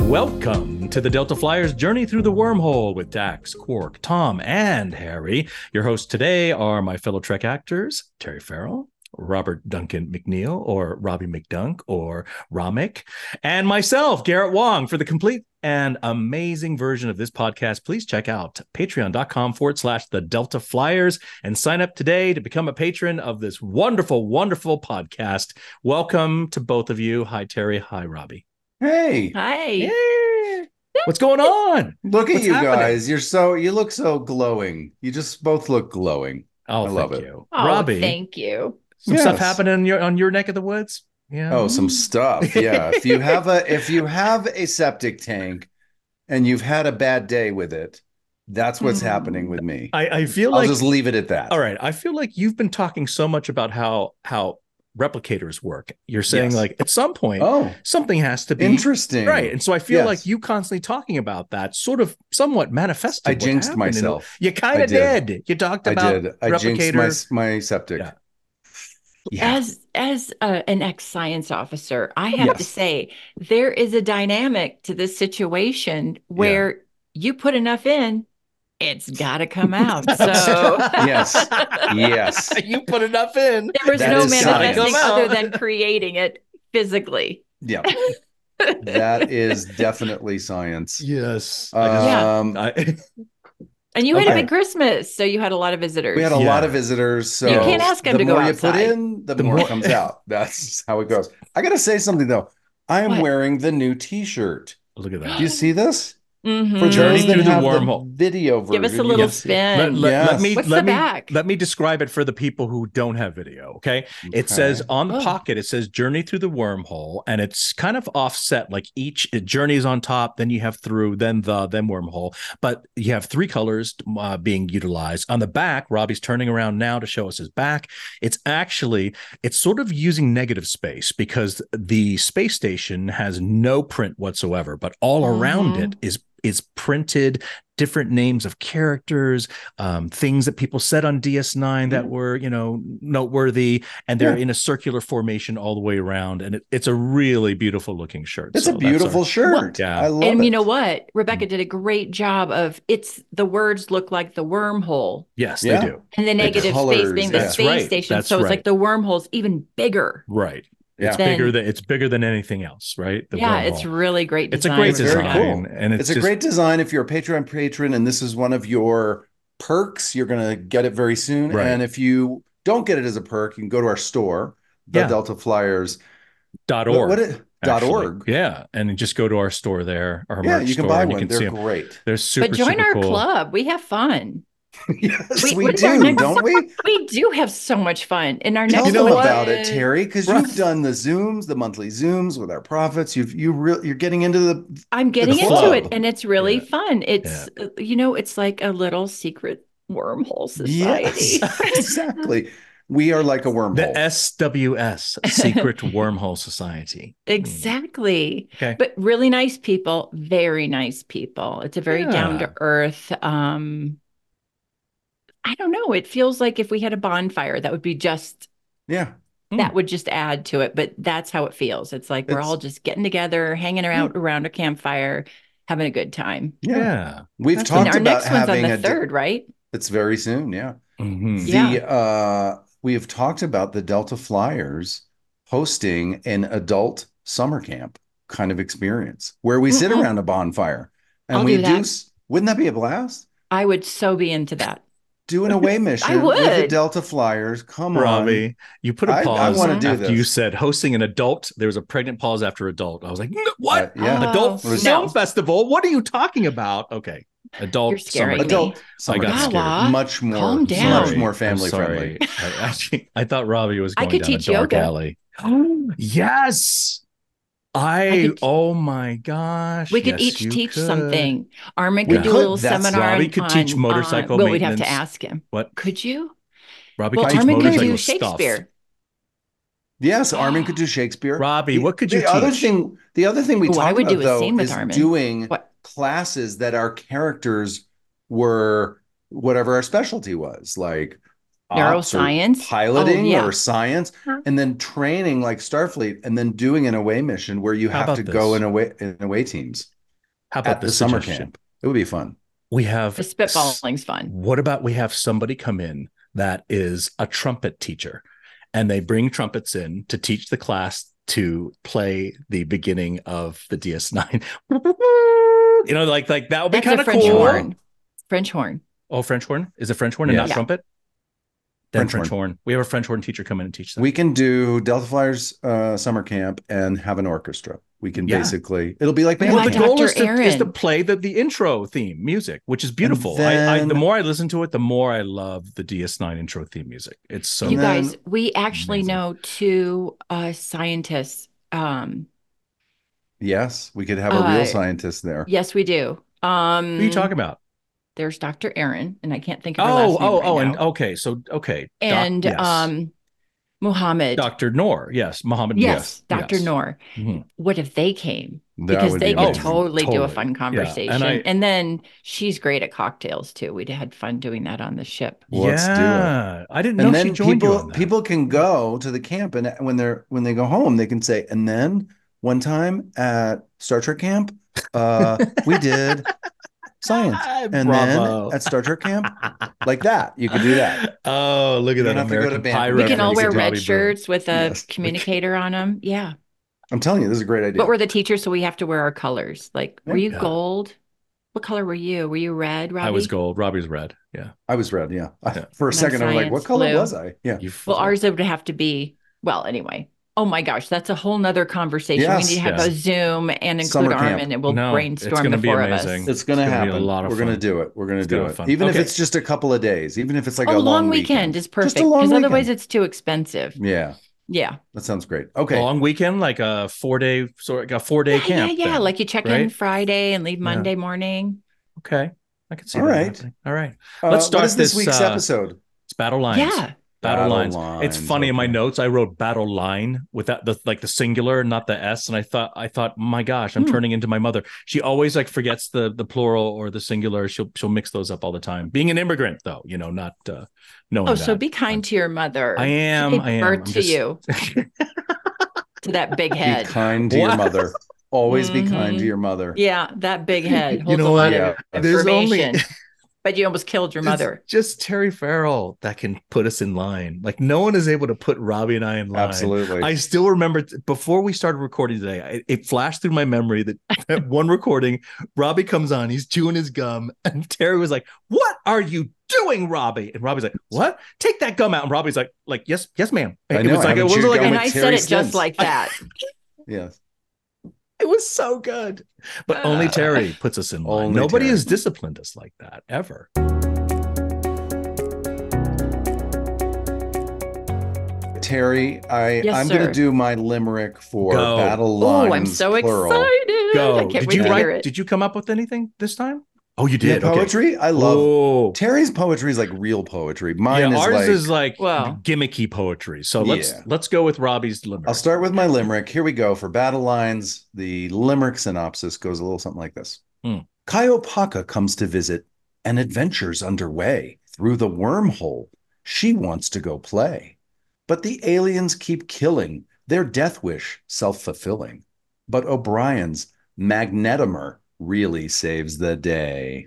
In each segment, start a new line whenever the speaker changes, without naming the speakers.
Welcome to the Delta Flyers Journey Through the Wormhole with Dax, Quark, Tom, and Harry. Your hosts today are my fellow Trek actors, Terry Farrell, Robert Duncan McNeil, or Robbie McDunk, or Romick, and myself, Garrett Wong. For the complete and amazing version of this podcast, please check out patreon.com forward slash the Delta Flyers and sign up today to become a patron of this wonderful, wonderful podcast. Welcome to both of you. Hi, Terry. Hi, Robbie.
Hey,
Uh,
Hi.
Yeah. What's going on?
look at
What's
you
happening?
guys. You're so you look so glowing. You just both look glowing.
Oh,
I love
thank
it.
you,
Oh,
Robbie.
thank you.
some stuff
Yes.
happening on your on your neck of the woods. Yeah.
Oh, some stuff. Yeah. if you have a if you have a septic tank and you've had a bad day with it, that's what's
Mm.
happening with me. I,
I, I feel
will
like
just leave it at that.
all right. I feel like you've been talking so much about how how replicators work. You're saying
Yes.
like at some point
Oh,
something has to be
interesting.
right, and so I feel
Yes.
like you constantly talking about that sort of somewhat manifested.
I
what
jinxed
happened in-
myself.
you kind
I
of
did.
did. You talked
I
about
did. I jinxed my
replicator-
my septic.
Yeah.
Yeah.
As as uh, an ex science officer, I have to
Yes.
say there is a dynamic to this situation where you put enough in, it's got to come out. So
Yes. Yes.
you put enough in.
there was
That
no
is science.
Come
manifesting
out.
other than creating it physically.
Yeah. That is definitely science.
Yes.
Yeah.
Um
I-
And you had a
Okay.
big Christmas, so you had a lot of visitors.
We had a
Yeah.
lot of visitors, so
You can't ask 'em
the
to go
more you
outside.
put in, the,
The
more,
more-
comes out. That's how it goes. I gotta say something though. I am
What?
wearing the new T-shirt.
look at
Do you
that.
see this?
Mhm.
For
Journey
those that
through the
have
wormhole.
video version,
Give us a
you
little
can see it.
spin.
Let, let- let
Yes.
me
What's
let
the
me
back?
let me describe it for the people who don't have video. Okay, it
Okay.
says on the
Oh.
pocket. It says journey through the wormhole, and it's kind of offset. Like each it journeys on top, then you have through, then the, then wormhole. But you have three colors uh, being utilized on the back. Robbie's turning around now to show us his back. It's actually it's sort of using negative space because the space station has no print whatsoever, but all around
Mhm.
it is is printed different names of characters um, things that people said on DS9 that were, you know, noteworthy, and they're
Mm-hmm. Yeah.
in a circular formation all the way around, and it, it's a really beautiful looking shirt.
It's
So
a
that's
beautiful
our-
shirt.
Yeah.
I love
and you
it.
know what? Rebecca
Mm.
did a great job of it's the words look like the wormhole
yes,
Yeah.
they do.
and the negative space
colours,
being the
yeah.
That's
space
right,
station.
that's
so it's
right.
like the wormhole's even bigger.
Right.
Yeah.
It's bigger
Then-
than it's bigger than anything else, right? The
yeah,
wormhole.
it's really great.
it's a
design.
great
It's very
design,
cool.
and it's,
It's, a
just-
great design. If you're a Patreon patron and this is one of your perks, you're gonna get it very soon.
Right.
And if you don't get it as a perk, you can go to our store, the
Yeah.
Delta Flyers
dot org.
What, what, dot
actually.
org.
Yeah, and just go to our store there, our
Yeah,
merch
you can
store,
buy
and
one.
You can see
They're
them.
great.
They're super.
But join
super
our
cool.
club. We have fun.
yes,
Wait,
we
what is our
do,
next-
don't we?
We do have so much fun. And our
Tell
next
them
one
about it,
is-
Terry, because
Right.
you've done the zooms, the monthly zooms with our profits. You've you re- you're getting into the
I'm getting into
club.
it and it's really
Yeah.
fun. It's uh, you know, it's like a little secret wormhole society.
yes, exactly. We are like a
The
wormhole.
SWS Secret Wormhole Society.
Mm.
Exactly.
Okay.
But really nice people, very nice people. It's a very
Yeah.
down to earth. Um, I don't know. It feels like if we had a bonfire, that would be just,
yeah,
that would just add to it. But that's how it feels. It's like we're
Mm. It's- Mm.
all just getting together, hanging around around a campfire, having a good time.
yeah.
Yeah.
We've
That's-
And
talked
our
about
next one's on
having
the
a. di-
third, right?
it's very soon. Yeah.
Mhm.
Yeah.
The uh, we have talked about the Delta Flyers hosting an adult summer camp kind of experience where we sit
Mhm.
around a bonfire and
I'll
we
do that.
Wouldn't that be a blast?
I would so be into that.
Do an away mission with the
would.
Delta Flyers. Come on.
Robbie, you put a
I- I
pause
wanna do
after you
this.
said hosting an adult. There was a pregnant pause after adult. I was like, "No, what?
Uh, yeah.
Oh,
adult
It was-
film
no.
festival? What are you talking about? Okay, adult.
You're scaring
summer-
me.
adult summer
I got
camp.
scared.
Wawa.
much more
Calm
so
down.
much more
I'm
family
sorry.
friendly.
I, actually, I thought Robbie was
I
going
could
down a
teach
dark
yoga.
alley. Oh, yes. I,
I could-
oh my gosh.
We could
Yes,
each
you
teach
could.
something. Armin
We
could do
could.
a little
That's-
seminar.
Robbie
on-
could teach
on-
motorcycle
Well, we'd have to
maintenance.
ask him.
What?
Could you?
Robbie
well,
could teach
Armin could do
motorcycle stuff.
Shakespeare.
Yes, Armin could do Shakespeare.
Robbie,
The-
what could you
the other
teach?
thing the other thing we
Ooh, I
talked
would
about
do a
though
scene with
is
Armin.
doing
What?
classes that our characters were whatever our specialty was, like ops or
Neuroscience?
piloting
Oh, yeah.
or science,
Mhm.
and then training like Starfleet, and then doing an away mission where you
How
have
about
to go
this?
in away in away teams.
How about
at the summer
suggestion?
camp. It would be fun.
We have
The spitballing's fun.
What about we have somebody come in that is a trumpet teacher and they bring trumpets in to teach the class to play the beginning of the DS9. you know, like like that would be
That's
kind
a
of
French
cool.
horn. French horn.
Oh, French horn? Is it French horn and
Yeah.
not
Yeah.
trumpet? Then French,
French
horn. We have a French horn teacher come in and teach that.
We can do Delta Flyers uh, summer camp and have an orchestra. We can
Yeah.
basically it'll be like
Why
Well,
band
the
camp.
don't-
goal
Dr.
is to, is to
Aaron.
play the, the intro theme music, which is beautiful. I, I, the
then-
more I listen to it, the more I love the DS9 intro theme music. It's so
And
you
good.
guys,
then-
we actually
Amazing.
know two uh, scientists. Um,
Yes, we could have a real
Uh,
scientist there.
yes, we do. Um,
Who are you talking about?
There's Dr. Aaron, and I can't think of her
Oh,
last name
oh,
right
oh, and
now.
okay. So, okay. Doc-
and
yes.
um, Muhammad.
Dr. Noor. Yes. Mohammed.
yes, Dr.
yes.
Noor.
Mhm.
What if they came?
That
Because
would be
they could
amazing.
totally, do a
Totally.
fun conversation.
I-
and then she's great at cocktails too. We'd had fun doing that on the ship.
Let's do it.
yeah. I didn't know
and
she
then
joined you
people
on that.
people can go to the camp and when they're when they go home they can say and then one time at Star Trek camp uh we did science and
Ah, Bravo.
then at Star Trek camp like that you could do that
Oh, look at
You
that
don't have to go to
American
band.
Pie
We
We can all
reference
wear
to
red
Bobby Boone.
shirts with a
Yes.
communicator on them. Yeah.
I'm telling you this is a great idea
But we're the teachers, so we have to wear our colors. Like, were you
Yeah.
gold? What color were you? Were you red, Robbie?
I was gold. Robbie's red. Yeah.
I was red yeah,
Yeah.
for a
And
second I was like
science
what color
blue.
was I yeah
You
Well, ours would have to be, well, anyway. Oh my gosh, that's a whole nother conversation.
Yes.
we need to have
Yes.
a Zoom and include
Summer camp.
Armin and we'll
No, it's
brainstorm
gonna
the
be
four
amazing.
of us.
Mm. it's gonna,
It's gonna be a
happen
lot of
we're gonna
fun.
do it we're gonna
It's
do
gonna
it
be fun.
even
Okay.
if it's just a couple of days even if it's like
a Oh, long, weekend,
weekend
is perfect
long
because otherwise
weekend.
it's too expensive.
yeah
Yeah.
that sounds great okay
long weekend, like a four day, sort of a four day
yeah,
camp.
yeah, yeah.
then.
Like you check in
right?
Friday and leave
Yeah.
Monday morning.
okay, I can see.
All
that
right.
happening. all right.
Uh,
let's start
what is this,
this,
week's
uh,
episode
It's battle lines.
Yeah.
battle,
Battle
lines. It's
lines,
funny in my
okay.
notes. I wrote battle line with that, the like the singular, not the s. And I thought, I thought, my gosh, I'm
Hmm.
turning into my mother. She always like forgets the the plural or the singular. She'll she'll mix those up all the time. Being an immigrant, though, you know, not uh, knowing.
Oh, so
that.
be kind to your mother.
I am.
She
I am.
Birth
I'm
to
just-
you, to that big head.
Be kind to your
Wow.
mother. Always be kind to
Mhm.
your mother.
Yeah, that big head
You
holds
know
a lot
what?
Yeah.
of
There's only-
information. but you almost killed your
It's
mother.
just Terry Farrell that can put us in line. Like no one is able to put Robbie and I in line.
Absolutely.
I still remember t- before we started recording today, I, it flashed through my memory that, that one recording, Robbie comes on, he's chewing his gum, and Terry was like, "What are you doing, Robbie?" And Robbie's like, "What? Take that gum out!" And Robbie's like, "Like yes, yes, ma'am."
I
it
know,
was
I
like it
haven't
was
chewed
like
gum
a-
And
with
I said
Terry
it just
Stints.
like that.
yes.
it was so good, but only
Uh,
Terry puts us in line.
only
Nobody
Terry.
has disciplined us like that ever.
Terry, I
Yes,
I'm going
sir.
to do my limerick for
Go.
battle lines.
Oh, I'm so
plural.
excited. I
Go!
can't
Did
wait
you
to
write?
hear it.
Did you come up with anything this time? Oh, you
Yeah,
did. okay.
poetry? I love
Oh.
Terry's poetry is like real poetry. Mine
Yeah,
is
ours
like
is like
Wow.
gimmicky poetry. So let's
Yeah.
let's go with Robbie's limerick.
I'll start with my limerick. Here we go for battle lines. The limerick synopsis goes a little something like this.
Hmm.
Kaiopaka comes to visit and adventures underway through the wormhole. She wants to go play. But the aliens keep killing, their death wish self-fulfilling. But O'Brien's magnetomer really saves the day.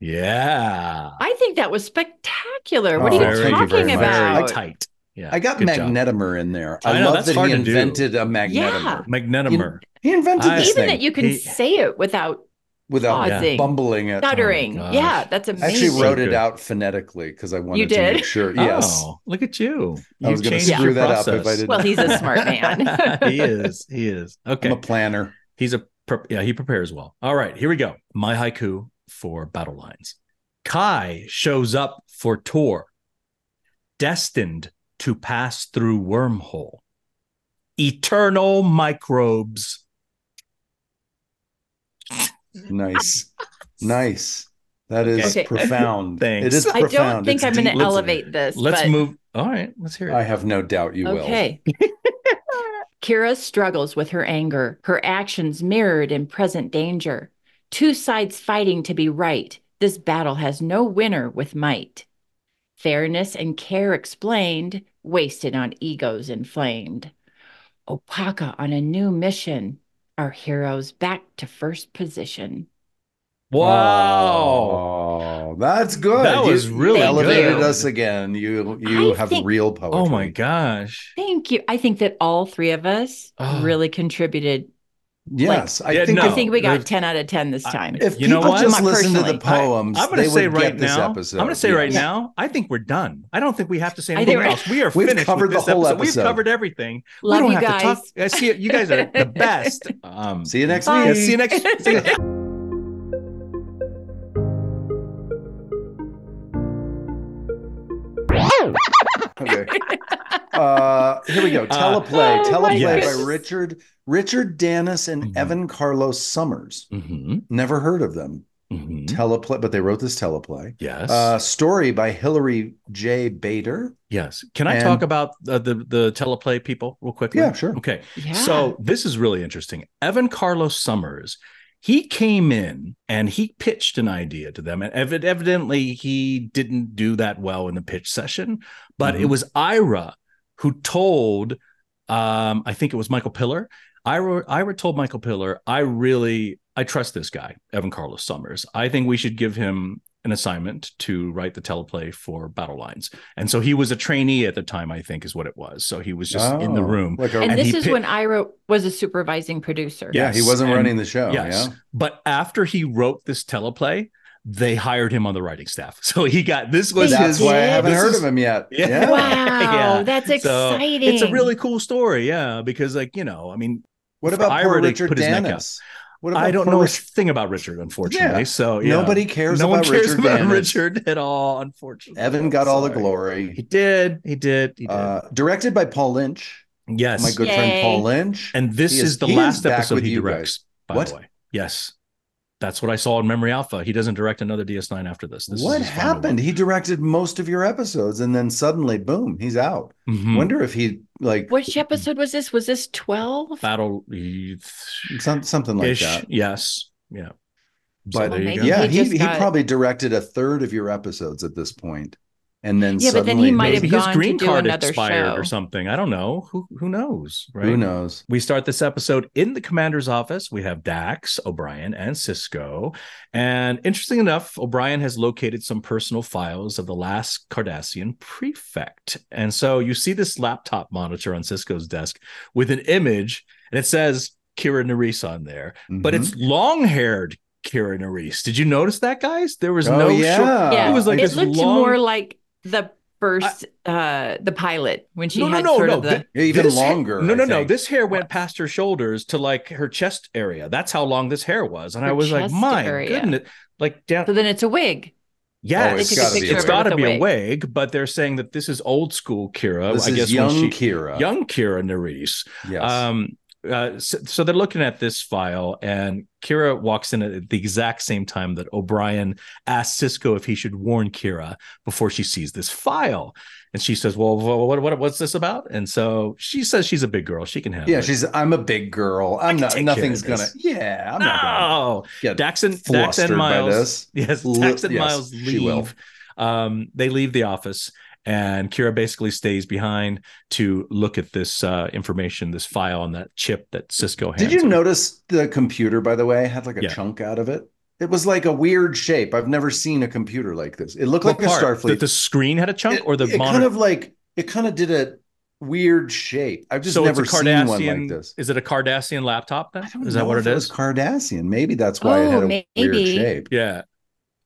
Yeah.
I think that was spectacular. What
Oh,
are you
thank you very
talking
much.
Very
about?
tight. Yeah.
I got
Good job.
magnetomer in there.
I
I,
know,
love
that's
that
hard
he
to do.
invented a magnetomer.
Yeah.
Magnetomer.
He invented
I-
this
Even
thing
that you can
He- Oh
say it without
without
pausing,
bumbling it.
stuttering.
gosh.
yeah, that's
I actually
amazing.
So
wrote it
good.
out phonetically because I wanted to
did?
make sure. Yes.
Oh, look at you.
I
You
was gonna
changed
screw
your
that up if I
process.
didn't.
Well, he's a smart man.
he is. He is. Okay.
I'm a planner.
He's a pre- yeah, he prepares well. All right, here we go. My haiku for battle lines. Kai shows up for tour, destined to pass through wormhole. Eternal microbes.
Nice. nice. That is
Okay.
profound.
Thanks.
It is
I
profound.
don't think
It's
I'm going to
deep.
elevate this.
Let's
but-
move. All right, let's hear it.
I have no doubt you will.
Okay. Kira struggles with her anger, her actions mirrored in present danger. Two sides fighting to be right. This battle has no winner with might. Fairness and care explained, wasted on egos inflamed. Opaka on a new mission, our heroes back to first position.
Wow.
Oh, that's good.
That was really
elevated
good.
us again. You you
I
have
think-
real poetry.
Oh my gosh.
Thank you. I think that all three of us
Ah.
really contributed.
Yes, I
Yeah,
think
no.
if
I think we got
There's-
10 out of 10 this
I-
time.
If
You know
people
what?
just
Not
listen to the
personally. I-
poems,
I'm going
they
to say
would
right
get this
now.
episode.
I'm going to say
Yeah.
right now. I think we're done. I don't think we have to say
I think
anything
we're-
else. We are
We've
finished
covered
with
the
this
whole
We've
episode.
covered everything.
Love
we
you
don't have
guys.
to talk. I see you guys are the best. Um,
See you next
Bye.
week.
See you next. See you
okay. Uh, here we go. Teleplay.
Oh, my
Teleplay by
goodness.
Richard Richard Dennis and
Mhm.
Evan Carlos Summers.
Mhm,
Never heard of them.
mhm.
Teleplay, but they wrote this teleplay.
Yes.
Mm-hmm. Uh, story by Hillary J. Bader.
yes. Can I
and-
talk about uh, the the teleplay people real quickly?
Yeah, sure.
Okay.
Yeah.
So this is really interesting. Evan Carlos Summers, he came in and he pitched an idea to them. And ev- evidently, he didn't do that well in the pitch session, but it
Mhm.
was Ira who told, um, I think it was Michael Pillar. Ira, Ira told Michael Pillar, I really, I trust this guy, Evan Carlos Summers. I think we should give him an assignment to write the teleplay for Battle Lines. And so he was a trainee at the time, I think is what it was. So he was just in the
Oh,
room.
Like a,
and,
and
this
he
is
picked-
when Ira was a supervising producer.
yeah, he
Yes,
wasn't
and-
running the show.
yes.
Yeah.
But after he wrote this teleplay, they hired him on the writing staff. So he got this was
He
That's
his
why I
did.
haven't
This
heard
is-
of him yet.
Yeah.
Yeah.
Wow.
Yeah.
That's
So,
exciting.
it's a really cool story, yeah. Because like, you know, I mean,
What
For
about poor
Ira to
Richard
put his neck
Dennis? What
I don't
poor
know a
Richard-
thing about Richard, unfortunately.
Yeah.
So yeah.
Nobody cares
no
about
one cares
Richard
about
Dennis.
Richard at all, unfortunately.
Evan got all the
Sorry. He
glory.
did, he did, he did.
Uh, directed by Paul Lynch.
yes.
My good
Yay.
friend Paul Lynch.
And this
He
is,
is-
the
he is
last
back
episode
with
he
you
directs, by
What?
the way. Yes. That's what I saw in Memory Alpha. He doesn't direct another DS9 after this. this is
what
his final one.
happened? He directed most of your episodes, and then suddenly, boom, he's out.
Mhm.
Wonder if he like
Which episode was this? Was this 12?
battle ish.
some, something like that.
Yes. Yeah.
But
there you
maybe
go.
yeah,
He
he,
just
he
got-
probably directed a third of your episodes at this point, and then
Yeah, but then
suddenly
he might
goes-
have
Maybe his
gone
green
to do
card
another
expired
show.
or something. I don't know. Who who knows? Right.
Who knows?
We start this episode in the commander's office. We have Dax, O'Brien, and Cisco. And interesting enough, O'Brien has located some personal files of the last Cardassian prefect. And so you see this laptop monitor on Cisco's desk with an image, and it says Kira Nerys on there. but
Mhm.
it's long haired Kira Nerys. Did you notice that, guys? There was
Oh,
no short.
Yeah.
It was like
it
this
looked
long-
more like the first, uh, the pilot when she
No, no,
had
no,
sort
no.
of the.
Th-
even
This hair-
longer.
no,
I
no, no.
think.
This hair went past her shoulders to like her chest area. That's how long this hair was, and I
Her
was like,
chest
my
area.
goodness, like down.
so then it's a wig.
yeah,
Oh,
it's
it's
got to
gotta be
be,
a wig.
gotta
With a
be a
wig.
wig, but they're saying that this is old school
Oh,
Kira.
This
I
is
guess
young
when she,
Kira.
young Kira Nerys.
Yes.
Um, uh, so, so they're looking at this file, and Kira walks in at the exact same time that O'Brien asks Cisco if he should warn Kira before she sees this file. And she says, "Well, wha- what, what what's this about?" And so she says she's a big girl; she can handle
yeah,
it.
she's. I'm a big girl. I'm
can
not.
take care
Nothing's
of this.
gonna. Yeah, I'm not gonna
no.
get
Dax and Dax
flustered
and
by
Miles.
this.
Yes,
Li-
Dax and
yes,
Miles
she will.
leave. Um, they leave the office, and Kira basically stays behind to look at this uh, information, this file on that chip that Cisco hands.
Did you
her.
notice the computer, by the way, had like a
Yeah.
chunk out of it? It was like a weird shape. I've never seen a computer like this. It looked
What
like a
part?
Starfleet.
That the screen had a chunk,
it,
or the
it
monitor?
kind of like it kind of did a weird shape. I've just
so
never
it's a
seen
Cardassian.
one like this.
Is it a Cardassian laptop then?
I don't
Is
know
that what
if
it
was
is?
Cardassian. Maybe that's why it
Oh,
had a weird
maybe.
shape.
yeah,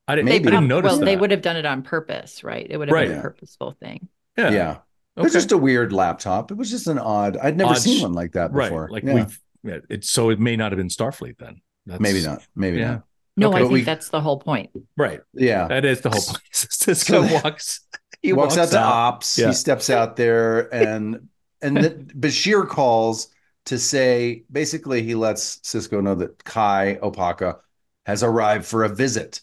I didn't.
Maybe.
I didn't
Um,
notice
well,
that.
they would have done it on purpose, right? It would have been
Right.
a purposeful thing.
yeah.
Yeah. It was
Okay.
just a weird laptop. It was just an odd. I'd never
Odd sh-
seen one like that
right.
before.
Like
Yeah.
we've. Yeah, it's so it may not have been Starfleet then. That's,
maybe not. Maybe
Yeah.
not.
No,
Okay.
I
But
think
we-
that's the whole point.
Right.
Yeah.
That is the whole point. Cisco
So-
walks.
he walks, out to ops.
Yeah.
He steps out there, and and then Bashir calls to say basically he lets Cisco know that Kai Opaka has arrived for a visit.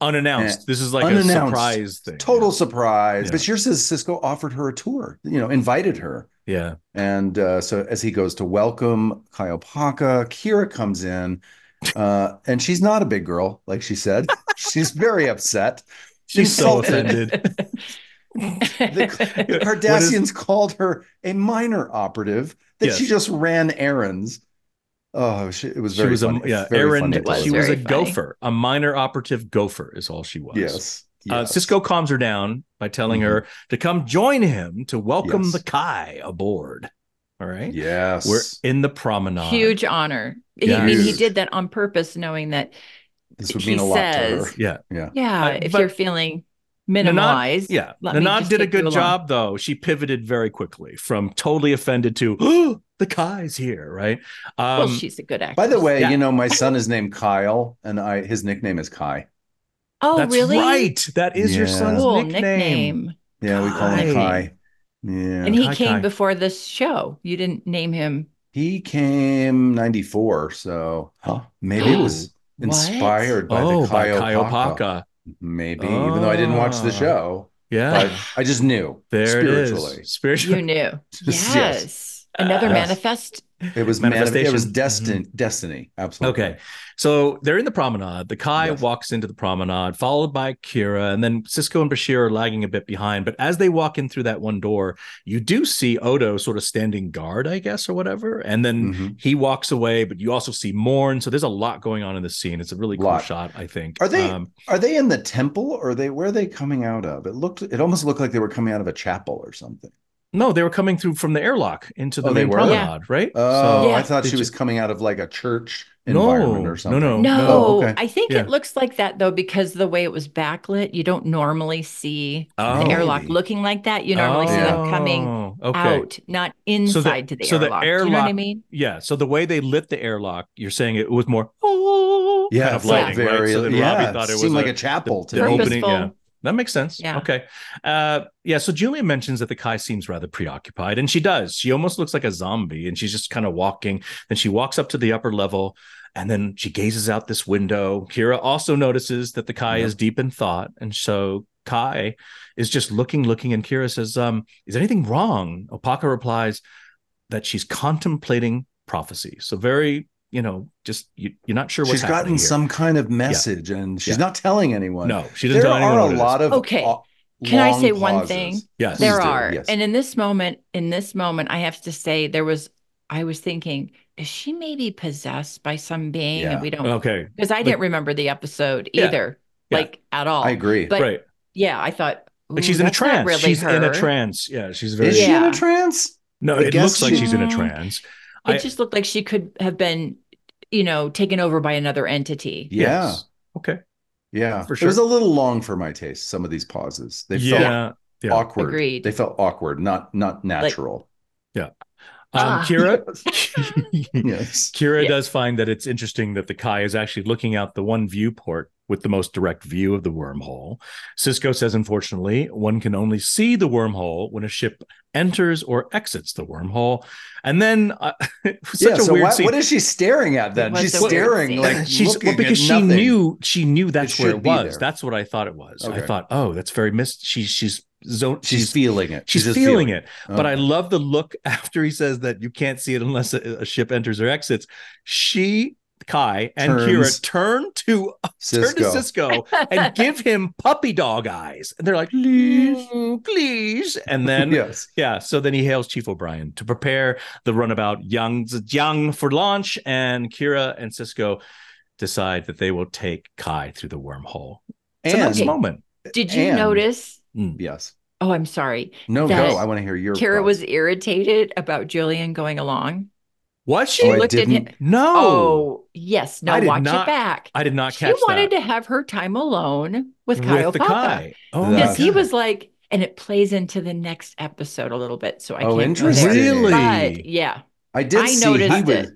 unannounced.
Yeah.
This is like
Unannounced.
a surprise thing.
Total surprise.
Yeah.
Bashir says Cisco offered her a tour. You know, invited her,
Yeah.
and uh, so as he goes to welcome Kai Opaka, Kira comes in. Uh, and she's not a big girl, like she said. She's very upset.
She's so
Insulted.
offended.
The- The
What is-
Cardassians called her a minor operative that she
Yes.
just ran errands. Oh, she, it was
she
very
was a
funny.
yeah,
Very
errand.
funny
It was
she
closing.
was a
very funny.
gopher, a minor operative gopher, is all she was.
Yes.
Uh,
yes.
Cisco calms her down by telling her to come join him to welcome
Mm-hmm. Yes.
the Kai aboard. All right.
Yes.
Uh, We're in the promenade.
Huge honor.
Yeah.
I mean, he
Huge.
did that on purpose, knowing that,
this would
he
mean a lot to
says-
her.
Yeah.
yeah,
Uh,
if
but-
you're feeling minimized,
Yeah.
Let me
Nanad
just
did a
take you
good
along.
job, though. She pivoted very quickly from totally offended to, oh, the Kai's here. Right. Um,
well, she's a good actress.
By the way,
Yeah.
you know, my son is named Kyle and I his nickname is Kai.
oh,
that's
really?
right. That is your
Yeah.
son's
Cool
nickname.
nickname.
Yeah, we call
Kai.
him Kai. Yeah.
And he
Kai Kai.
came before this show. You didn't name him.
He came 94, so huh, maybe it was
What?
inspired by
Oh,
the
by
Kyle
Kai
Paka.
Opaka.
Maybe, even though I didn't watch the
Ah.
show,
Yeah.
but I just knew
there it
spiritually.
is. Spiritually.
You knew. yes.
Yes.
Uh,
Another
Yes.
manifest.
It was manifestation.
Manifestation.
It was
Mm-hmm.
destined destiny. Absolutely.
Okay. So they're in the promenade. The Kai
Yes.
walks into the promenade, followed by Kira, and then Cisco and Bashir are lagging a bit behind. But as they walk in through that one door, you do see Odo sort of standing guard, I guess, or whatever. And then
Mhm.
he walks away, but you also see Morn. So there's a lot going on in this scene. It's a really cool
Lot.
shot, I think. Um,
Are they- Are they in the temple or are they where are they coming out of? It looked it almost looked like they were coming out of a chapel or something.
no, they were coming through from the airlock into the
Oh, they
main
were?
promenade,
Yeah.
right?
Oh,
So-
Yeah.
I thought
Did
she was
you-
coming out of like a church
No,
environment or something.
no, Oh,
no,
oh, okay.
I think
Yeah.
it looks like that though because the way it was backlit, you don't normally see the
Oh.
airlock
Maybe.
looking like that. You normally see them coming
Oh, okay.
out, not inside to the
so the
airlock. Do you know what I
airlock-
mean?
Yeah. So the way they lit the airlock, you're saying it was more oh
Yeah,
kind
it
of
felt
lighting, right? So then
yeah,
Robbie thought it was
seemed like
a-
a chapel
the
to me.
opening,
Purposeful.
yeah. that makes sense.
Yeah.
Okay. Uh, yeah. So Julia mentions that the Kai seems rather preoccupied, and she does. She almost looks like a zombie, and she's just kind of walking. Then she walks up to the upper level, and then she gazes out this window. Kira also notices that the Kai
Yeah.
is deep in thought, and so Kai is just looking, looking, and Kira says, "Um, is anything wrong?" Opaka replies that she's contemplating prophecy. So very, you know, just you, you're not sure what's
She's gotten
happening here.
some kind of message and she's not telling anyone.
No, she
There
didn't tell anyone.
are
what
a
it is.
lot of
Okay.
au-
Can I
long
say one
pauses.
thing?
Yes.
There
Please do,
are.
yes.
And in this moment, in this moment, I have to say there was I was thinking, is she maybe possessed by some being?
Yeah.
And we don't
Okay.
because I didn't remember the episode
Yeah.
either,
Yeah.
like at all.
I agree.
But
right.
yeah, I thought
Like
"Ooh,
she's in a
that's not
trance.
really
she's in a
her."
trance. Yeah, she's very.
Is she in
Yeah.
a trance?
no,
I
it
guess
looks like
she-
she's in a
Mm.
trance.
It
I-
just looked like she could have been, you know, taken over by another entity.
Yeah.
Yes. Okay.
Yeah.
For
It was a
sure.
little long for my taste, some of these pauses. They felt
yeah. Yeah.
awkward.
Agreed.
They felt awkward, not not natural.
Um,
Ah.
Kira.
yes.
Kira
Yeah.
does find that it's interesting that the Kai is actually looking out the one viewport with the most direct view of the wormhole. Cisco says, unfortunately, one can only see the wormhole when a ship enters or exits the wormhole. And then uh, it was such
yeah.
a
so
weird
what,
scene.
what is she staring at then?
was
She's
a weird
staring
scene.
like
she's
looking
well, because
at
she
nothing.
knew she knew that's where
should
it
be
was.
there.
that's what I thought it was. I
Okay.
thought, oh, that's very mis. She's she's zone.
She's,
She's
feeling it.
she's,
just
feeling it. But
Okay.
I love the look after he says that you can't see it unless a, a ship enters or exits. She, Kai, and
Turns.
Kira turn to turn to
Cisco.
Cisco and give him puppy dog eyes, and they're like, please, please, and then.
yes.
Yeah, so then he hails Chief O'Brien to prepare the runabout Yang Zhejiang for launch, and Kira and Cisco decide that they will take Kai through the wormhole. It's a
And
nice moment.
Did you
And-
notice?
Mm.
yes.
Oh, I'm sorry.
No,
That
go. I want to hear your
Kara
thoughts.
was irritated about Julian going along.
Oh, Was
She
she?
I
looked at him.
didn't-
no,
Oh, yes. No,
I did
watch
not-
it back.
I did not
she
catch
wanted
that.
to have her time alone with Kyle
the
Papa
Kai. Oh,
Yeah.
because
my
he
God.
was like, and it plays into the next episode a little bit. So I
Oh,
can't go
interesting.
there.
Really?
But yeah,
I did
I
see
noticed
he was
it.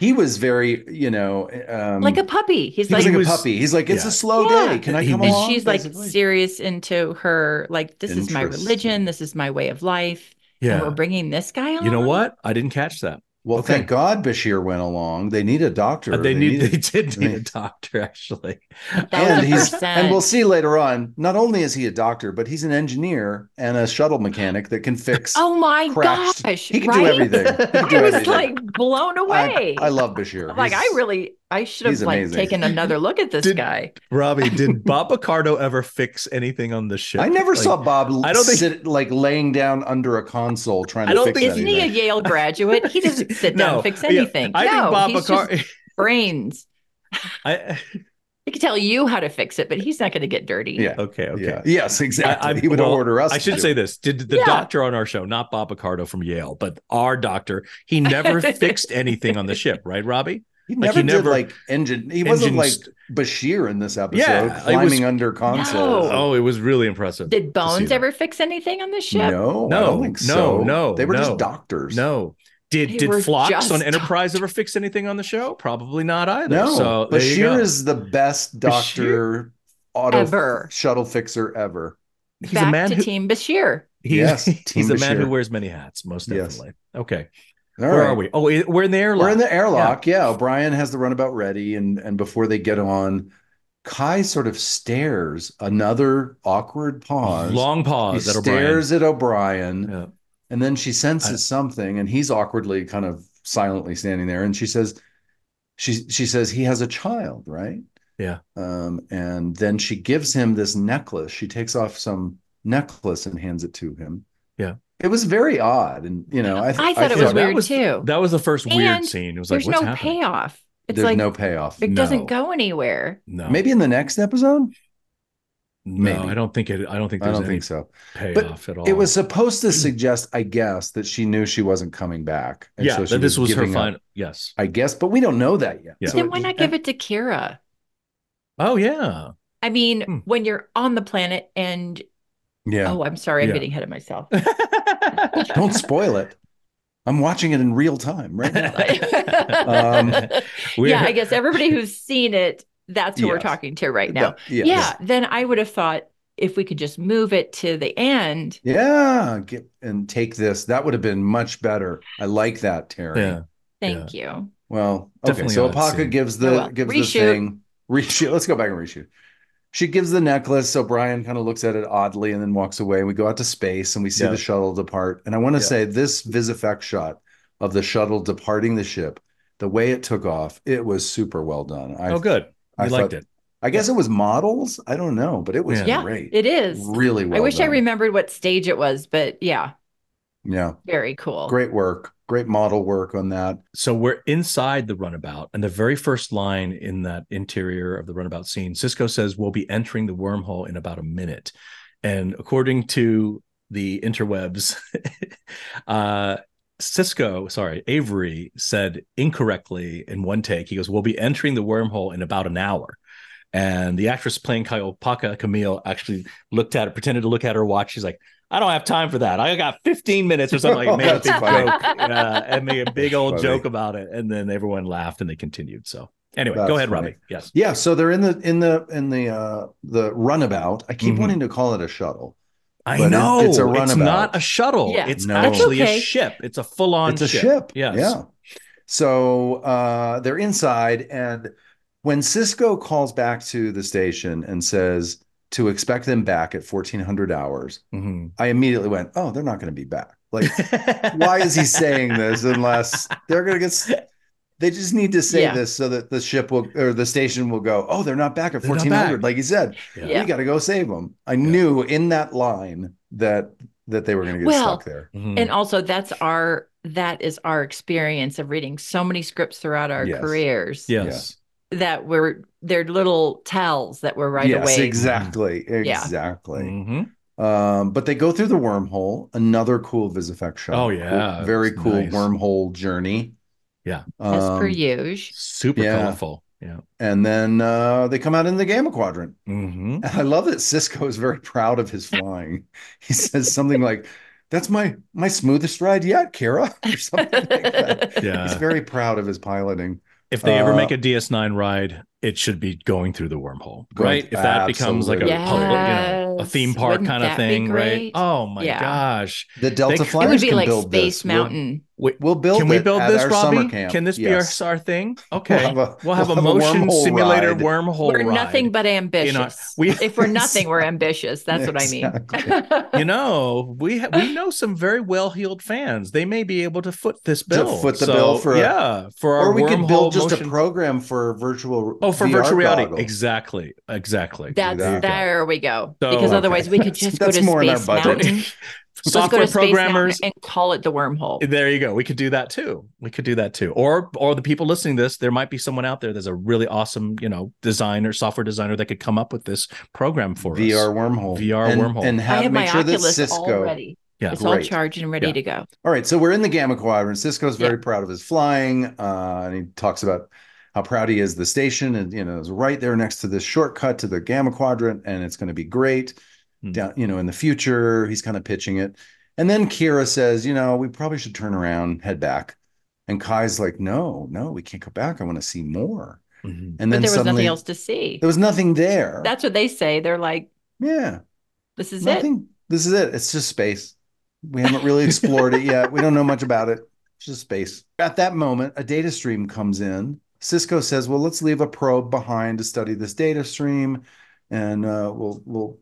he was very, you know, um
like a puppy. He's
he
like,
was like
was-
a puppy. He's like, it's
yeah.
a slow
Yeah.
day. Can I
He
come
was-
and
along?
she's like
Basically.
serious into her, like, this is my religion.
Interesting.
This is my way of life. And we're
Yeah.
bringing this guy along.
You know what? I didn't catch that.
Well,
Okay.
thank God Bashir went along. They need a doctor.
Uh, they need.
needed-
They did need a
they-
doctor, actually.
That
and
was a
he's
percent.
and we'll see later on. Not only is he a doctor, but he's an engineer and a shuttle mechanic that can fix.
Oh my
crashed.
gosh.
he can
right?
do everything. He can do
I was
everything.
like blown
I-
away.
I, love Bashir.
I'm like, I
He's-
really, I should have
He's
like
amazing.
taken another look at this
Did-
guy.
Robbie, did Bob Picardo ever fix anything on the ship?
I never
Like,
saw Bob
I don't think-
sit like laying down under a console trying
I
to
don't
fix
think-
Isn't he a
anything.
Yale graduate? He doesn't sit down
No,
and fix
yeah,
anything.
I
no,
think Bob
he's
Picardo.
just brains.
I,
He could tell you how to fix it, but he's not going to get dirty.
yeah.
okay, Oh, okay.
Yeah. Yes, exactly.
I- I-
he would
well,
order us.
I
to
should
do
say
it.
this: Did the
Yeah.
doctor on our show, not Bob Picardo from Yale, but our doctor, he never fixed anything on the ship, right, Robbie?
he
like,
never
he
did
never-
like engine. He
Engine
wasn't like
st-
Bashir in this episode,
Yeah, it was-
climbing under consoles.
oh, it was really impressive.
Did Bones
that.
ever fix anything on the ship?
no,
No,
I don't think
no,
so.
no,
they were
no.
just doctors.
No. Did
They
did
were
Flox on
just
Enterprise ever fix anything on the show? Probably not either.
no.
So there you
Bashir
go.
is the best doctor auto
Ever.
shuttle fixer ever.
he's
Back
a man
to
who
Team Bashir.
he's,
Yes,
he's
Team
a man
Bashir.
who wears many hats, most
Yes.
definitely. Okay.
All
Where
right.
are we? Oh, i- we're in the airlock.
We're in the airlock. Yeah. O'Brien has the runabout ready. And and before they get on, Kai sort of stares another awkward pause.
long
he
pause at uh, O'Brien.
stares at O'Brien.
Yeah.
And then she senses
I-
something and he's awkwardly kind of silently standing there. And she says, she she says he has a child, right?
Yeah.
Um, and then she gives him this necklace. She takes off some necklace and hands it to him.
Yeah.
It was very odd. And you know, I, th-
I thought it
Yeah,
was
that
weird
was-
too.
That was the first weird
And
scene. It was like,
There's
what's
no
happening?
payoff. It's
there's
like
no payoff.
it doesn't
No.
go anywhere.
No,
Maybe in the next episode?
no,
maybe.
I don't think it. I don't think
I
there's
don't
any
think so.
payoff at all.
It was supposed to suggest, I guess, that she knew she wasn't coming back. And
yeah.
so she
that this was her
giving up,
final. Yes.
I guess, but we don't know that yet.
Yeah.
So
then why not give it to Kira?
Oh yeah.
I mean,
Hmm.
when you're on the planet and
Yeah.
oh, I'm sorry, I'm
Yeah. Um,
getting ahead of myself.
Don't spoil it. I'm watching it in real time right now.
We're-
yeah, I guess everybody who's seen it, that's who we're
Yes.
talking to right now.
Yeah.
Yeah, then I would have thought if we could just move it to the end.
Yeah. Get, and take this. That would have been much better. I like that, Terry.
yeah.
Thank you.
Well, okay.
Definitely
so
odd
Apaka
scene.
gives
Oh,
the
well.
gives
Reshoot.
the thing reshoot. Let's go back and reshoot. She gives the necklace. So Brian kind of looks at it oddly and then walks away. We go out to space and we see
Yeah.
the shuttle depart. And I want to
Yeah.
say this vis effect shot of the shuttle departing the ship, the way it took off, it was super well done. I,
Oh, good.
I
You liked
thought-
it.
I guess it was models. I don't know, but it was
Yeah.
Yeah,
great.
It is.
really well.
I wish I
done.
remembered what stage it was, but yeah,
Yeah,
very cool.
great work. Great model work on that.
So we're inside the runabout, and the very first line in that interior of the runabout scene, Cisco says, We'll be entering the wormhole in about a minute. And according to the interwebs, uh, Cisco, sorry, Avery said incorrectly in one take, he goes, We'll be entering the wormhole in about an hour. And the actress playing Paka Camille, actually looked at it, pretended to look at her watch. She's like, I don't have time for that. I got 15 minutes or something. Like, made a
Oh, That's
big
funny.
joke, uh, and made a big old
Funny.
joke about it. And then everyone laughed and they continued. So anyway,
That's
go ahead,
funny.
Robbie. Yes.
Yeah, so they're in the in the in the uh the runabout. I keep
Mhm.
wanting to call it a shuttle.
I
But it-
know
it's
it's,
a runabout.
not a shuttle.
Yeah.
It's
No. That's
actually
okay.
a ship. It's a full on
It's a ship.
Yes.
Yeah. So uh they're inside and when Cisco calls back to the station and says to expect them back at 1400 hours,
Mhm.
I immediately went, "Oh, they're not going to be back." Like why is he saying this unless they're going to get s- they just need to say
Yeah.
this so that the ship will or the station will go, "Oh, they're not back at
They're not
1400."
back.
Like you said.
Yeah.
Yeah.
we got to go save them. I knew in that line that that they were going to get
Well,
stuck there.
Mhm.
And also that's our that is our experience of reading so many scripts throughout our
Yes.
careers
yes.
that were they're little tells that were right
yes,
away.
exactly,
Mm-hmm.
Yeah.
exactly.
Mhm.
Um, but they go through the wormhole. Another cool VisFX shot.
Oh, yeah,
Cool- very
it's
cool
nice.
wormhole journey.
Yeah.
As per
Um,
usual.
Super
Yeah.
colorful. Yeah.
And then uh, they come out in the Gamma Quadrant.
Mhm.
And I love that Cisco is very proud of his flying. he says something like, "That's my my smoothest ride yet, Kara," or something like that.
Yeah.
He's very proud of his piloting.
If they ever
Uh,
make a DS9 ride, it should be going through the wormhole,
Going-
right? If that becomes like a,
Absolutely.
public, you know, a
Yes.
theme park
Wouldn't
kind of
that be
thing, right?
great?
Oh my
Yeah.
gosh.
The
They-
Delta
It would
It
Flyers
would be
can
like
build
Space
this. We'll-
Mountain.
Wait,
We'll build.
Can we
it
build
at
this,
our
Robbie?
summer camp.
Can this
Yes.
be our, our thing?
We'll
Okay.
have a,
We'll have a
we'll have
motion
wormhole
simulator
ride.
wormhole
We're
ride.
nothing but ambitious.
we-
if we're nothing, we're ambitious. That's what I mean.
Exactly.
you know, we ha- we know some very well-heeled fans. They may be able to foot this bill.
foot the
So,
bill for a-
yeah, for our
or we could
wormhole
build just
motion-
a program for virtual.
Oh, for
VR
virtual reality,
goggles.
exactly, exactly.
That's
There you go.
there we go.
So-
because otherwise, we could just go
That's
to
more in our
Space
budget.
Mountain. Let's go
Software
to Space Mountain
programmers.
and call it the wormhole.
There you go. We could do that too. We could do that too. Or or the people listening to this, there might be someone out there that's a really awesome, you know, designer, software designer that could come up with this program for us.
VR wormhole.
VR
and,
wormhole.
And
I
have,
have
make
my
sure that
Oculus
Cisco.
all ready.
Yeah,
it's all
great.
charged and ready
Yeah.
to go.
All right, so we're in the Gamma Quadrant. Cisco's very
Yeah.
proud of his flying, uh, and he talks about how proud he is of the station, and you know, is right there next to this shortcut to the Gamma Quadrant, and it's going to be great.
Hmm.
Down, you know, in the future, he's kind of pitching it, and then Kira says, "You know, we probably should turn around, head back," and Kai's like, "No, no, we can't go back. I want to see more."
Mhm.
And
But
then
there was
suddenly,
nothing else to see.
there was nothing there.
That's what they say. They're like,
yeah,
this is it.
nothing. This is it. It's just space. We haven't really explored it yet. We don't know much about it. It's just space. At that moment, a data stream comes in. Cisco says, "Well, let's leave a probe behind to study this data stream, and uh, we'll we'll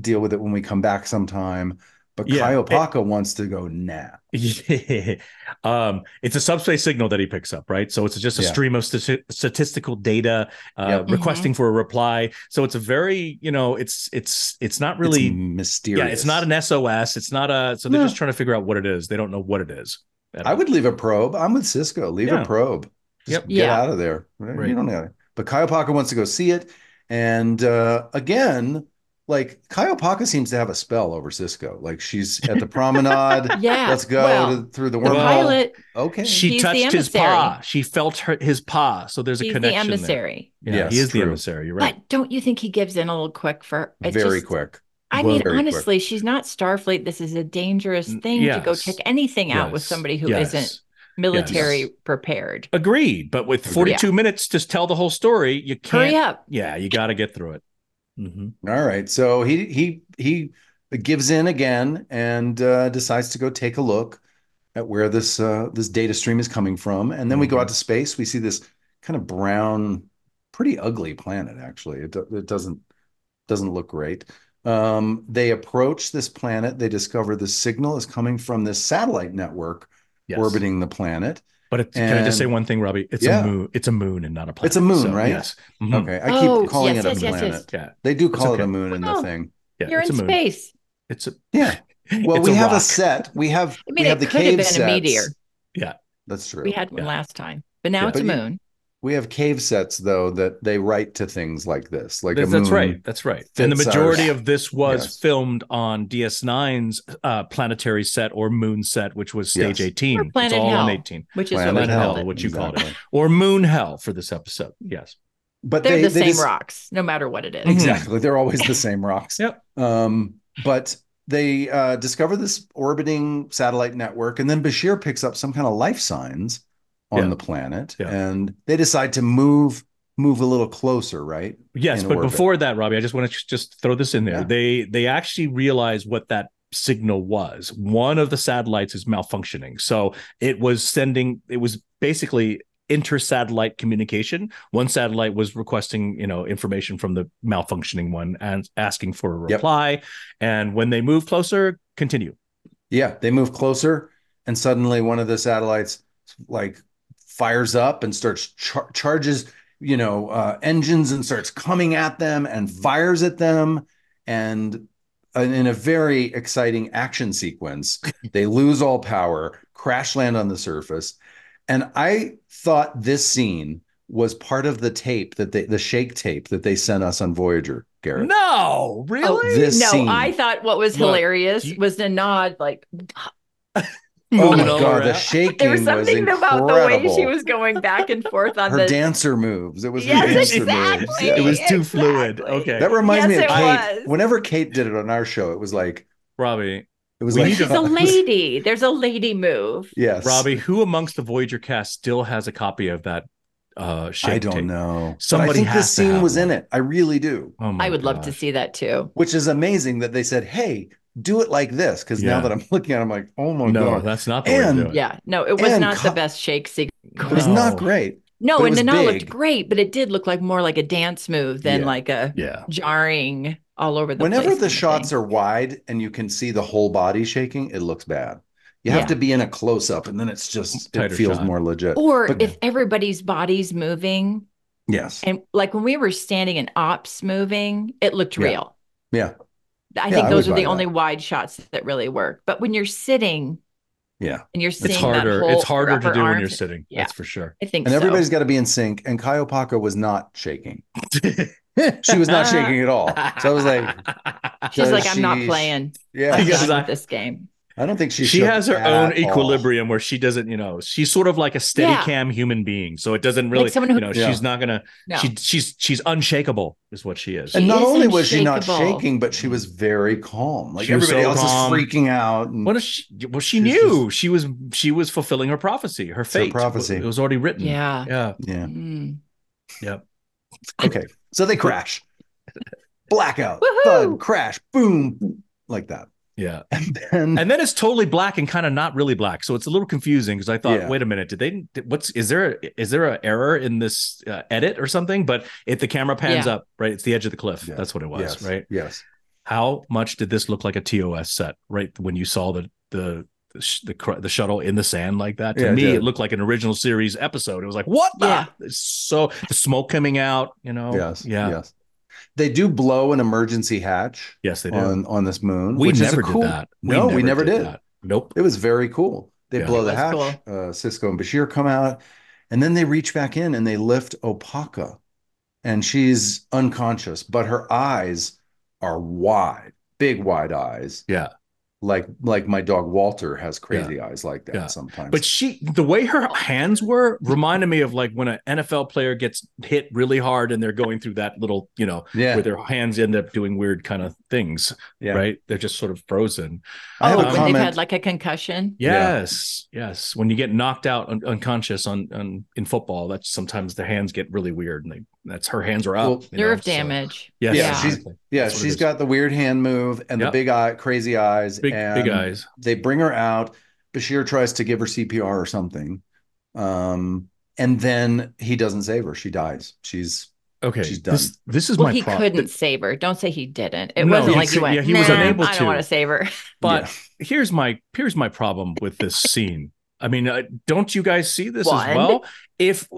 deal with it when we come back sometime." But
Yeah, it-
Kaiopaka wants to go now.
um, it's a subspace signal that he picks up, right? So it's just a
Yeah.
stream of stati- statistical data uh,
Yep.
Mm-hmm.
requesting for a reply. So it's a very, you know, it's it's it's not really
it's mysterious.
Yeah, it's not an SOS. It's not a. So they're
No.
just trying to figure out what it is. They don't know what it is.
I would leave a probe. I'm with Cisco. Leave
Yeah.
a probe. Just
Yep.
get
Yeah.
out of there.
Right.
You don't know. But Kyle Parker wants to go see it. And uh, again, like Kyle Parker seems to have a spell over Cisco. Like she's at the promenade.
Yeah.
Let's go
Well,
to, through the
the
wormhole.
Well,
pilot,
okay.
She
He's the
touched his
emissary.
paw. She felt her, his paw. So there's a
he's the
connection.
emissary.
There. Yeah,
Yes,
he is the
true.
emissary. You're right.
But don't you think he gives in a little quick for it's
Very
just-
quick.
I
Well,
mean,
very quick.
honestly, she's not Starfleet. This is a dangerous
N-
thing to go
yes.
check anything out with
Yes.
somebody who
Yes.
isn't military
Yes.
prepared.
Agreed. But with
Agreed.
42 minutes to tell the whole story, you can't.
Hurry up.
Yeah, you got to get through it. Mhm.
All right. So he he he gives in again and uh, decides to go take a look at where this uh, this data stream is coming from. And then we go
Mhm.
out to space. We see this kind of brown, pretty ugly planet, actually. It, do- it doesn't doesn't look great. Um, they approach this planet. They discover the signal is coming from this satellite network
Yes.
orbiting the planet.
But it, can I just say
And-
one thing, Robbie? It's
Yeah.
a moon. It's a moon and not a planet.
It's a moon, right?
Yes. Mhm.
Okay, I keep
Oh,
calling
yes,
it a
yes, yes, yes.
planet.
Yeah.
They do
It's
call it
okay.
a moon in the
Oh.
thing.
Yeah.
You're
it's
in
a moon.
space.
It's a.
Yeah. Well,
it's
we have a
rock.
set. We have
I mean,
we
it
have the
could have
cave
been a
sets.
meteor.
Yeah.
that's true.
We had one
Yeah.
last time, but now
Yeah.
it's a
But you-
moon.
We have cave sets though that they write to things like this, like
That's,
a moon.
that's right. That's right. And the
fits our-
majority of this was
Yes.
filmed on DS9's uh, planetary set or moon set, which was stage
Yes.
18.
Or
it's
Planet
all on
Hell.
18.
Which is
Planet
what we
Hell,
called it.
what you called it.
Exactly.
Or moon hell for this episode. Yes.
But
They're
they,
the
they
same
just-
rocks, no matter what it is.
Mhm.
Exactly. They're always the same rocks.
Yep.
Um, but they uh, discover this orbiting satellite network, and then Bashir picks up some kind of life signs on
Yeah.
the planet,
Yeah.
and they decide to move move a little closer, right?
Yes,
in
but
orbit.
before that, Robbie, I just want to just throw this in there.
Yeah.
They they actually realized what that signal was. One of the satellites is malfunctioning, so it was sending. It was basically inter-satellite communication. One satellite was requesting, you know, information from the malfunctioning one and asking for a
Yep.
reply. And when they move closer, continue.
Yeah, they move closer, and suddenly one of the satellites like fires up and starts char- charges, you know, uh, engines and starts coming at them and fires at them, and and in a very exciting action sequence, they lose all power, crash land on the surface, and I thought this scene was part of the tape that they the shake tape that they sent us on Voyager, Garrett.
No, really?
This
Oh, no,
scene.
I thought what was
Look,
hilarious
you-
was the nod, like
oh my
Moving all
god, the
around.
shaking
there was something
incredible.
about the way she was going back and forth on
her
the
dancer moves. It was her
Yes,
dancer
exactly.
moves.
It was too
exactly.
fluid. Okay.
That reminds
Yes,
me of
it
Kate.
was.
Whenever Kate did it on our show, it was like
Robbie,
it was
We
like
need
She's a lady. There's a lady move.
Oh
yes,
Robbie, who amongst the Voyager cast still has a copy of that uh shape
I don't
tape?
know. But
Somebody
I think
has
this
to
scene
have
was in
one.
it. I really do.
Oh my
I would love to
gosh.
see that too.
Which is amazing that they said, "Hey, do it like this because now
Yeah.
that I'm looking at, it, I'm like, oh my
no,
god,
that's not the way to do
And-
it.
Yeah, no, it was
And
not the
co-
best shake sequence.
it was not
No.
great.
No,
but it
and
was
Nana looked
big.
great, but it did look like more like a dance move than
Yeah.
like a
Yeah.
jarring all over the
Whenever
place
the
kind of
shots
thing.
are wide and you can see the whole body shaking, it looks bad. You
Yeah.
have to be in a close up, and then it's just
Tighter
it feels
shot.
more legit.
or
but-
if everybody's body's moving
yes,
and like when we were standing and ops moving, it looked
Yeah.
real.
yeah,
I
Yeah,
think
I
those
would
are the
buy
only wide shots that really work. But when you're sitting
yeah.
and you're seeing
It's
that
harder.
whole
It's harder to
upper
do when
arm
you're
thing-
sitting.
Yeah.
That's for sure.
I think
And
so.
everybody's got to be in sync. And Kyle Paka was not shaking. She was not shaking at all. So I was like,
She's like, I'm not
she's-
playing.
yeah,
I'm
guess
done
I-
with this game.
I don't think she.
she
shook
has her
at
own
all.
equilibrium where she doesn't, you know, she's sort of like a steady cam human being. So it doesn't really,
someone who-
you know,
Yeah.
she's not gonna,
No.
she, she's, she's unshakable is what she is.
She
and not
is
only was she not
unshakable.
shaking, but she was very calm. Like
She was
everybody
so
else
calm.
is freaking out. And,
What if she, well, she
She's
knew she was, she was fulfilling her prophecy, her
her
fate.
prophecy.
It was already written.
yeah.
Yeah.
yeah.
Mm.
Okay. So they crash. Blackout.
Woohoo!
Thud. Crash. Boom. Like that.
Yeah.
And then
And then it's totally black and kind of not really black. So it's a little confusing because I thought,
Yeah.
wait a minute, did they, did- what's, is there, a, is there an error in this uh, edit or something? But if the camera pans
Yeah.
up, right, it's the edge of the cliff.
Yeah.
That's what it was,
yes,
right?
Yes.
how much did this look like a TOS set? Right when you saw the the the sh- the, cr- the shuttle in the sand like that, to
Yeah, it
me
did.
it looked like an original series episode. It was like what? the-
Yeah.
It's So the smoke coming out, you know?
yes.
Oh, yeah,
Yes. They do blow an emergency hatch
yes, they did.
on on this moon.
we
which is a
never
cool-
did that.
No, we never did.
that. Nope.
It was very cool. They
Yeah.
blow the
That was
hatch. Uh, Cisco and Bashir come out, and then they reach back in and they lift Opaka, and she's unconscious, but her eyes are wide, big wide eyes.
Yeah.
like like my dog Walter has crazy eyes like that
Yeah.
sometimes.
But she, the way her hands were, reminded me of like when an NFL player gets hit really hard and they're going through that little, you know,
yeah,
where their hands end up doing weird kind of things,
yeah.
right? They're just sort of frozen.
I have
oh,
a
when
comment.
they've had like a concussion.
Yeah.
Yes, yes. When you get knocked out un- unconscious on, on in football, that's sometimes the hands get really weird, and they, that's her hands are up.
Well,
you know,
Nerve
so-
damage.
Yes,
Yeah,
yeah,
she's- yeah,
That's what it
she's
is.
got the weird hand move and
Yep.
the big eye, crazy eyes.
big
and
big eyes.
they bring her out. Bashir tries to give her CPR or something. Um, and then he doesn't save her. She dies. She's
Okay,
she's
this this is
well,
my
he
problem.
couldn't save her. Don't say he didn't. It
No,
wasn't
he
like he
could-
went.
yeah, he was
"Nah,
unable
I
to."
don't want to save her.
But here's my here's my problem with this scene. I mean, uh, don't you guys see this
One.
as well? If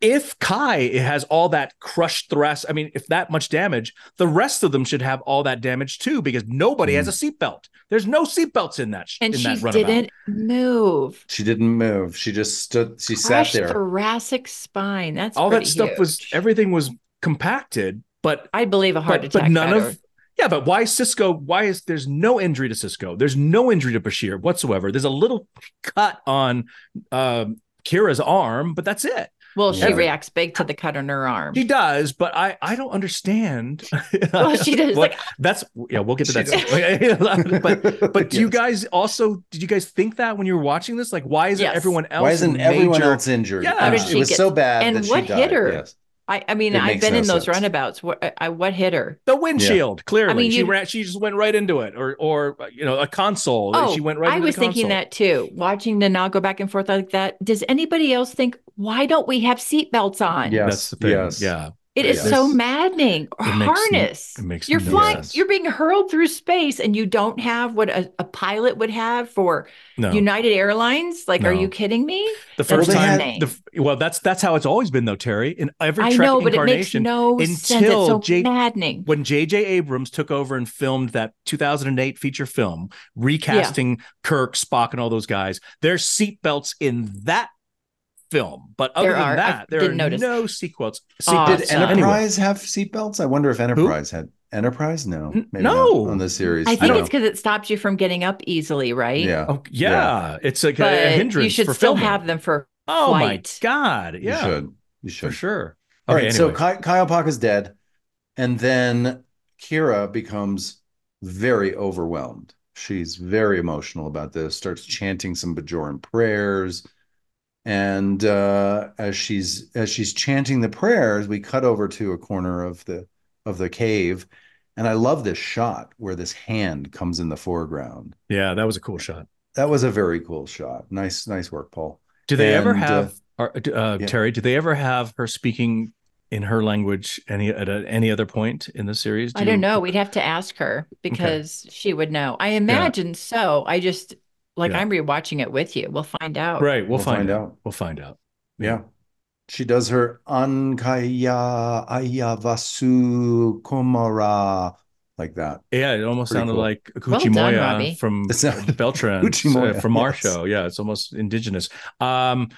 if Kai has all that crushed thrust, I mean, if that much damage, the rest of them should have all that damage too, because nobody has a seatbelt. There's no seatbelts in that sh-
And
in
she
that runabout.
didn't move.
she didn't move. She just stood. She
Crushed
sat there.
thoracic spine. That's
all that
pretty
stuff was
huge.
everything was compacted but
I believe a heart
but,
attack.
but none
better.
of yeah but why cisco why is there's no injury to cisco there's no injury to bashir whatsoever there's a little cut on um kira's arm but that's it
well, she
every-
reacts big to the cut on her arm.
she does but i i don't understand
well, she does
What-
like
that's yeah we'll get to
She
that soon. but but do you
Yes.
guys also did you guys think that when you were watching this like why isn't
Yes.
everyone else
Why isn't everyone
major-
else injured?
Yeah.
It
How did
was- it
she
was
get-
so bad
and
that she
what hit
died.
her?
Yes.
I, I mean,
It
I've
makes
been
no
in those
sense.
runabouts. Where, I, I what hit her?
the windshield clearly she
you-
ran she just went right into it or or you know a console
Oh,
she went right
I
into
was
the
thinking
console.
that too. Watching Nana go back and forth like that. Does anybody else think why don't we have seatbelts on?
Yes,
that's the thing
yes.
yeah
It is
Yes.
so maddening.
It makes no-
Harness.
it makes
you're
no
flying.
sense.
You're being hurled through space, and you don't have what a, a pilot would have for
no
United Airlines. Like, are
No.
you kidding me?
the first
Well, they
time
had-
the f- well that's that's how it's always been though terry in every
I
Trek
know, but it makes
incarnation
no sense. It's
until
so
J-
maddening.
when J.J. Abrams took over and filmed that 2008 feature film, recasting Kirk, Spock, and all those guys, there's seatbelts in that film. But other
There
than
are. I
that, there
didn't
are
notice.
no sequels.
Awesome.
Did
Awesome.
Anyway.
Enterprise have seatbelts? I wonder if Enterprise had Enterprise. No,
N-
maybe not
no.
on the series.
I think
No.
it's because it stops you from getting up easily, right?
yeah.
Oh, yeah, it's like a-
But
a, hindrance
you should
for
still
filming.
have them for
oh
flight.
my god,
You
yeah,
should. You should.
for sure.
All
Okay,
right, so
anyway.
Ky- Kyle Paka's dead, and then Kira becomes very overwhelmed. She's very emotional about this, starts chanting some Bajoran prayers. And uh, as she's as she's chanting the prayers, we cut over to a corner of the of the cave, And I love this shot where this hand comes in the foreground.
Yeah, that was a cool shot.
That was a very cool shot. Nice, nice work, Paul.
Do they ever
And, uh,
have or, uh,
yeah.
Terry? Do they ever have her speaking in her language any at a, any other point in the series? Do
I
you-
don't know. We'd have to ask her because she would know. I imagine so. I just like
Yeah.
I'm rewatching it with you. We'll find out.
Right, we'll,
We'll
find,
find
out.
out.
We'll find out.
Yeah. She does her Ankaya Ayavasu Komara like that.
Yeah, it almost
Pretty
sounded
cool.
like
Well done,
Kuchimoya
Robbie.
from
It sounded-
Beltran
Kuchimoya,
uh, from our
yes.
show. Yeah, it's almost indigenous. Um,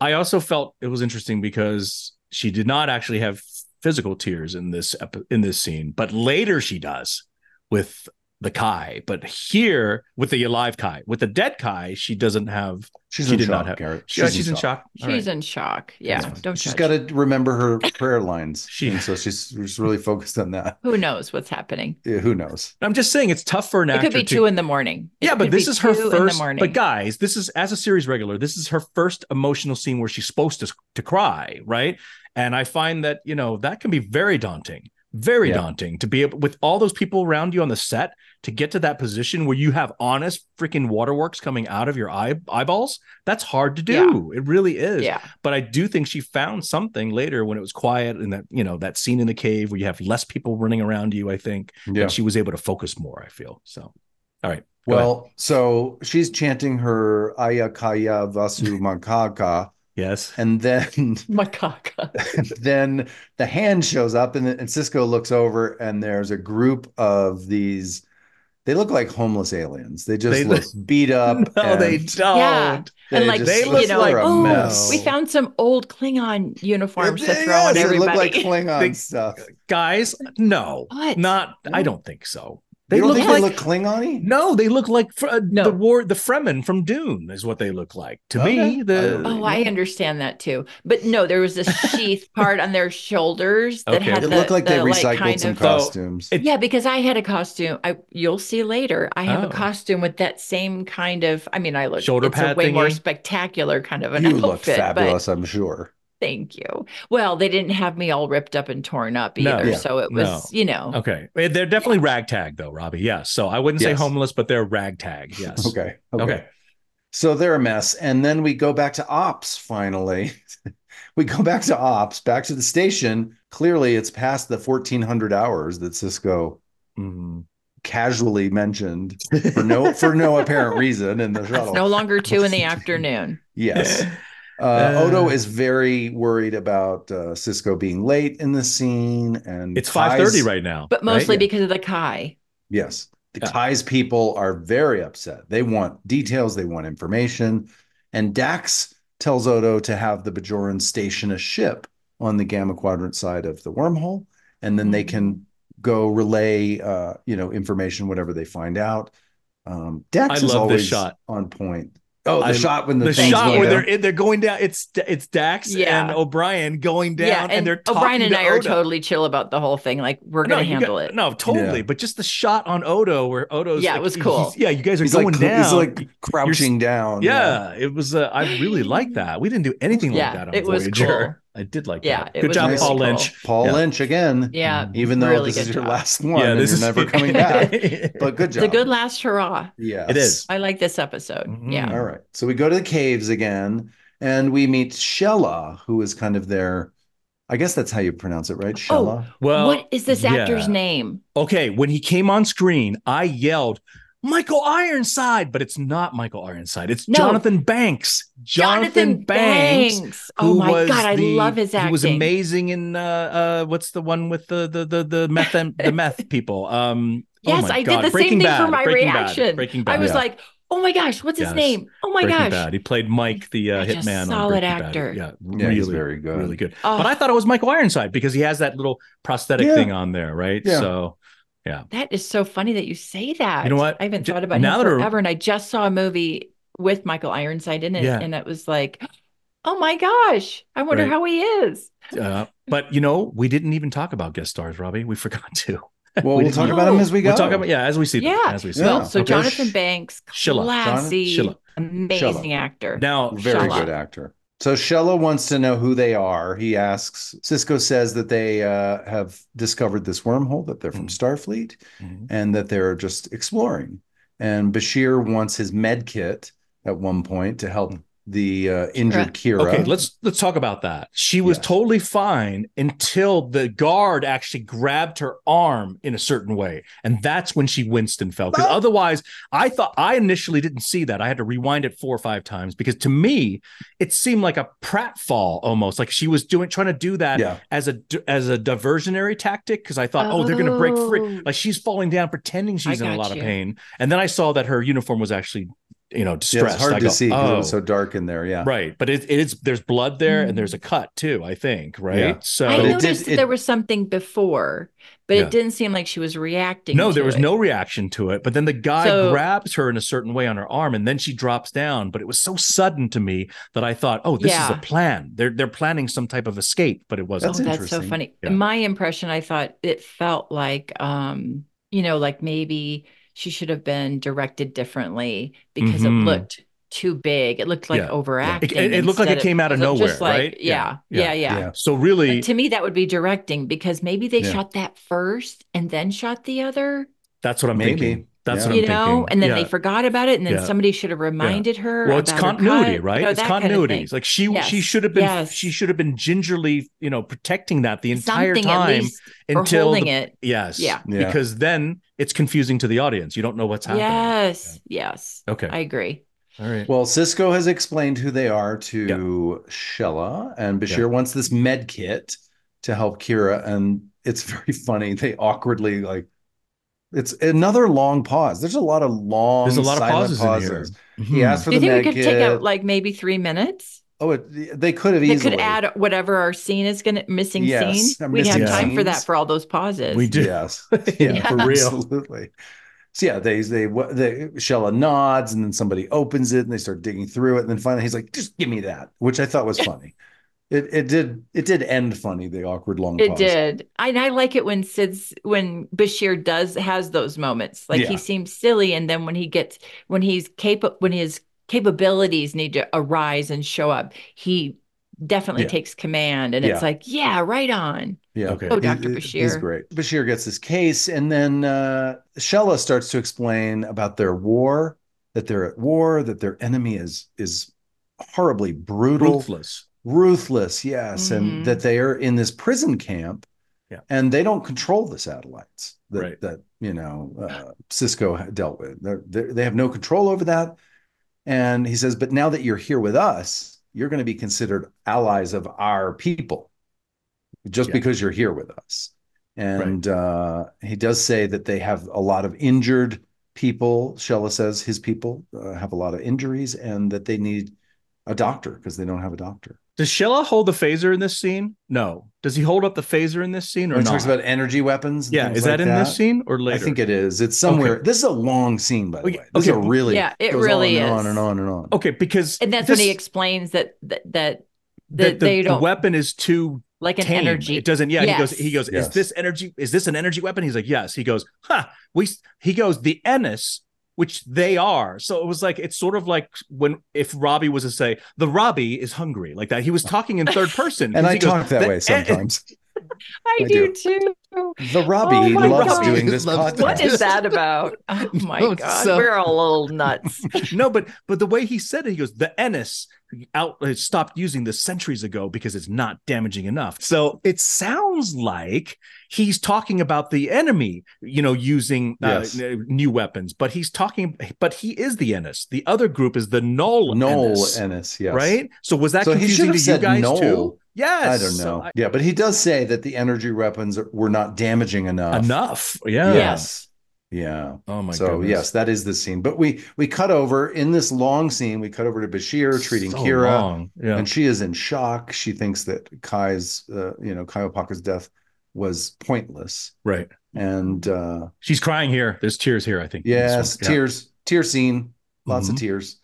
I also felt it was interesting because she did not actually have physical tears in this epi- in this scene, but later she does with the Kai. But here with the alive Kai, with the dead Kai, she doesn't have.
She's
She
in
did not
shock,
have-
Garrett.
She's, she's in shock. All right.
She's in shock. Yeah.
That's fine.
Don't
She's
judge.
got to remember her prayer lines.
She-
And so she's, she's really focused on that.
Who knows what's happening?
Yeah, who knows?
I'm just saying it's tough for an
It
actor
could be
to
two in the morning. It
Yeah, but
could be
this is her
two in the
first.
morning.
But guys, this is as a series regular. This is her first emotional scene where she's supposed to to cry, right? And I find that you know that can be very daunting, very
Yeah.
daunting to be able with all those people around you on the set to get to that position where you have honest freaking waterworks coming out of your eye eyeballs. That's hard to do. It really is
yeah.
but I do think she found something later when it was quiet and that you know that scene in the cave where you have less people running around you. I think
Yeah.
she was able to focus more. I feel so. All right. Go ahead.
Well, so she's chanting her Ayakaya Vasu Makaka,
yes,
and then
Macaca.
then the hand shows up, and, and Cisco looks over, and there's a group of these. They look like homeless aliens. They just
They
look beat up.
no, they
and
don't.
Yeah.
they
and like
just
they
you
look
know,
like
like,
they're a
oh,
mess.
we found some old Klingon uniforms to throw
Yes,
at
they look
everybody.
like Klingon
They-
stuff. You
Guys, no,
What?
not. I don't think so. They
don't
look
think
like
they look Klingon-y?
no. They look like fr- uh,
No.
the war. The Fremen from Dune is what they look like to
Okay.
me. The
Oh, I understand that too. But no, there was a sheath part on their shoulders that
Okay.
had
It
the,
looked like they
the,
recycled
kind
some
of,
costumes.
It-
Yeah, because I had a costume. I you'll see later. I have
Oh.
a costume with that same kind of. I mean, I look
Shoulder
it's
pad
a way more
thingy?
spectacular kind of an
you
outfit.
look fabulous,
But
I'm sure.
thank you. Well, they didn't have me all ripped up and torn up
No.
either,
Yeah.
so it
No.
was you know.
okay, Eh, they're definitely ragtag though, Robbie. Yes. So I wouldn't say
Yes.
homeless, but they're ragtag. Yes.
Okay.
Okay.
So they're a mess. And then we go back to ops finally. we go back to ops, back to the station. Clearly, it's past the 1400 hours that Cisco
Mhm.
casually mentioned for no for no apparent reason in the
It's
shuttle.
no longer two in the afternoon.
yes. Uh,
Uh,
Odo is very worried about uh, Cisco being late in the scene and
It's five
Kai's-
thirty right now.
But mostly
right?
because of the Kai.
Yes. The
Yeah.
Kai's people are very upset. They want details, they want information. And Dax tells Odo to have the Bajorans station a ship on the Gamma Quadrant side of the wormhole, and then
Mm-hmm.
they can go relay uh, you know, information, whatever they find out. Um, Dax
I
is
love this
always
shot.
on point. Oh, the
I-
shot when the,
the
thing's
shot
going
where
down.
they're in, they're going down. It's it's Dax
Yeah.
and O'Brien going down,
yeah,
and, they're talking
O'Brien and
to
I are
Odo.
totally chill about the whole thing. Like we're
No,
gonna
you
handle
got-
it.
No, totally.
Yeah.
But just the shot on Odo where Odo's
Yeah, it
like,
was cool.
he's- Yeah, you guys are
he's
going
like,
down.
he's like crouching down.
yeah, it was. Uh, I really like that. We didn't do anything
Yeah,
like that on
it was
Voyager.
cool.
I did like
Yeah,
that.
it
Good
was
job,
really
Paul
cool.
Lynch.
Paul
Yeah.
Lynch again.
Yeah,
Mm-hmm.
Even though
really
this
good
is your
job.
last one, and
this
you're
is
never coming back. But good
It's a
job.
good last hurrah.
Yes.
It is.
I like this episode.
Mhm.
Yeah.
All right. So we go to the caves again and we meet Shella, who is kind of their, I guess that's how you pronounce it, right?
Oh.
Shella.
well,
what is this actor's
yeah.
name?
Okay, when he came on screen, I yelled, Michael Ironside, but it's not Michael Ironside. It's
No.
Jonathan Banks. Jonathan, Banks.
Oh
who
my
was
god, I
the-
love his acting.
He was amazing in uh, uh, what's the one with the the the, the meth the meth people. Um, oh
Yes,
my
I did
God,
the same
Breaking
thing
Bad,
for my
Breaking Bad,
reaction.
Breaking Bad.
I was
yeah.
like, oh my gosh, what's
Yes.
his name? Oh my
Breaking
gosh.
Bad. He played Mike, the uh,
He's just
hitman. on
solid
Breaking
actor.
Bad. Yeah,
Yeah,
really,
he's very good.
really good.
Oh,
But I thought it was Michael Ironside because he has that little prosthetic
Yeah.
thing on there, right?
Yeah.
So
that is so funny that you say that.
You know what?
I haven't
Ju-
thought about
now
him
that I-
forever. And I just saw a movie with Michael Ironside in it.
Yeah.
And it was like, oh my gosh, I wonder
Right.
how he is.
Uh, but you know, we didn't even talk about guest stars, Robbie. We forgot to.
Well,
We
we'll
didn't
talk
know.
about him as we go.
We'll talk about yeah, as we see. them,
Yeah.
as we see.
Yeah.
them.
Well, so
Okay.
Jonathan
Sh-
Banks,
Shilla. John-
classy,
Shilla.
amazing actor.
Shilla.
Now,
Very
Shella.
good actor. So Shella wants to know who they are. He asks. Cisco says that they uh, have discovered this wormhole, that they're from
Mhm.
Starfleet,
Mhm.
and that they're just exploring. And Bashir wants his med kit at one point to help the uh, injured Kira.
Hmm. Okay, let's let's talk about that. She was
Yes.
totally fine until the guard actually grabbed her arm in a certain way, and that's when she winced and fell. Because
Ah.
otherwise, I thought I initially didn't see that. I had to rewind it four or five times because to me, it seemed like a pratfall almost. Like she was doing trying to do that
Yeah.
as a as a diversionary tactic because I thought, oh, they're going to break free. Like she's falling down, pretending she's in a
got
lot
you.
of pain. And then I saw that her uniform was actually, you know,
Yeah,
distressed.
it's hard
I
to
go,
see 'cause it
Oh,
was so dark in there. Yeah.
right. But it, it is there's blood there
Mm.
and there's a cut too. I think right.
Yeah.
So
I
But it did-
noticed that
it-
there was something before, but
Yeah.
it didn't seem like she was reacting.
no, there
to
was
it.
no reaction to it. But then the guy
So-
grabs her in a certain way on her arm, and then she drops down. But it was so sudden to me that I thought, oh, this is
Yeah.
a plan. They're they're planning some type of escape, but it wasn't.
Oh,
That's
that's so
interesting.
funny.
Yeah.
My impression, I thought it felt like, um, you know, like maybe she should have been directed differently because
Mhm.
it looked too big. It looked like
Yeah.
overacting.
It- it looked like it
instead
came out of
because I'm
nowhere,
just like-
right?
Yeah,
Yeah.
yeah, yeah.
Yeah.
So really,
But to me, that would be directing because maybe they
Yeah.
shot that first and then shot the other,
that's what I'm
Maybe.
thinking. That's
Yeah.
what
you
I'm
know,
thinking.
and then
Yeah.
they forgot about it, and then
Yeah.
somebody should have reminded her.
well it's
about her
continuity
cut,
right
you know,
it's
that kind of
continuity
thing.
It's like she she
Yes,
should have been
yes.
she should have been gingerly you know protecting that the entire
Something at
time
least, or
until
holding
the,
it.
yes
Yeah.
Yeah.
because then it's confusing to the audience you don't know what's happening
Yes, yes,
okay
I agree.
all right
Well, Cisco has explained who they are to Shella, and Bashir
Yeah.
wants this med kit to help Kira. And it's very funny. They awkwardly like it's another long pause. There's a lot of long,
there's a lot of pauses,
silent
in here Mm-hmm.
He asked for
Hmm. Do you
the
think
med
we could
kit.
take out like maybe three minutes?
oh, it, they could have
They
easily.
could add whatever our scene is going to missing
Yes,
scene.
our
We'd have
missing
time for that
scenes.
for all those pauses.
We do.
Yes. Yeah, for
Yeah.
For real.
real. Absolutely. So yeah, they they what they Shella nods and then somebody opens it and they start digging through it. And then finally he's like, just give me that, which I thought was funny. It it did it did end funny, the awkward long
It
pause.
did. I, and I like it when Sid's when Bashir does has those moments. Like
Yeah.
he seems silly, and then when he gets when he's capable when his capabilities need to arise and show up, he definitely
Yeah.
takes command. And
Yeah.
it's like, yeah, right on.
Yeah.
Okay.
Oh,
He-
Dr.
he- He's
Bashir.
great. Bashir gets his case, and then uh, Shella starts to explain about their war, that they're at war, that their enemy is is horribly brutal.
ruthless
ruthless yes
Mhm.
and that they are in this prison camp
Mm-hmm. Yeah.
and they don't control the satellites that,
Right.
that you know uh, cisco had dealt with They're- they're- they have no control over that and he says but now that you're here with us you're going to be considered allies of our people just
Yeah.
because you're here with us and uh, he does say that they have a lot of injured people shella says his people uh, have a lot of injuries and that they need a doctor because they don't have a doctor
does Shella hold the phaser in this scene no does he hold up the phaser in this scene or
When it
not
talks about energy weapons. and
yeah
things
is
like
that in this scene or later
I think it is. It's somewhere. This is a long scene, by the
Okay,
way. This
okay. Oh,
is a really
Yeah, it
goes
really
on and on
is.
and on and on.
okay because
And that's when he
this-
explains that that, that
that the,
they
the
don't-
weapon is too
like an
tame.
energy.
It doesn't. Yeah, he goes. He
Yes.
goes. Is
Yes.
this energy? Is this an energy weapon? He's like, yes. He goes. Huh. We. He goes. The Ennis, which they are. So it was like it's sort of like when if Robbie was to say the Robbie is hungry like that. He was talking in third person,
And
'cause
I
he goes, eh,
talk that
"The
way
En-"
sometimes.
I,
I
do, too.
The Robbie
Oh my
loves
God.
doing this
Loves
podcast.
doing
What is that about? Oh my
No,
god,
so-
we're all a little nuts.
no, but but the way he said it, he goes the Ennis out uh, stopped using this centuries ago because it's not damaging enough. So it sounds like he's talking about the enemy, you know, using uh,
Yes.
n- new weapons. But he's talking, but he is the Ennis. The other group is the Knoll.
Noel
Ennis,
Ennis, yes.
right? So was that
So he should
confusing
have
to you
said
guys too?
Knoll. I
Yes,
don't
So uh,
know. yeah, but he does say that the energy weapons were not damaging
I-
enough.
enough. Yeah.
Yes. Yeah.
Oh my god.
so yes, that is the scene. But we we cut over in this long scene. We cut over to Bashir treating Kira.
Yeah.
and she is in shock. She thinks that Kai's, uh, you know, Kai Opaka's death was pointless.
right.
And uh,
She's crying here. There's tears here. I think. in this
yes,
one. Yeah.
tears, tear scene, lots
Mhm.
of tears.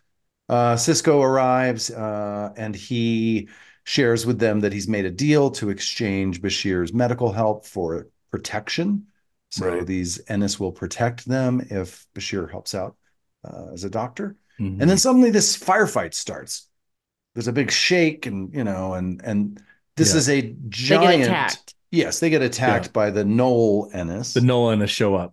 Uh, Cisco arrives uh, and he shares with them that he's made a deal to exchange Bashir's medical help for protection. So
Right.
these Ennis will protect them if Bashir helps out uh, as a doctor.
Mhm.
And then suddenly this firefight starts. there's a big shake and you know and and this
Yeah.
is a
They
giant
get attacked.
yes they get attacked by the knoll ennis
The Nolan show up.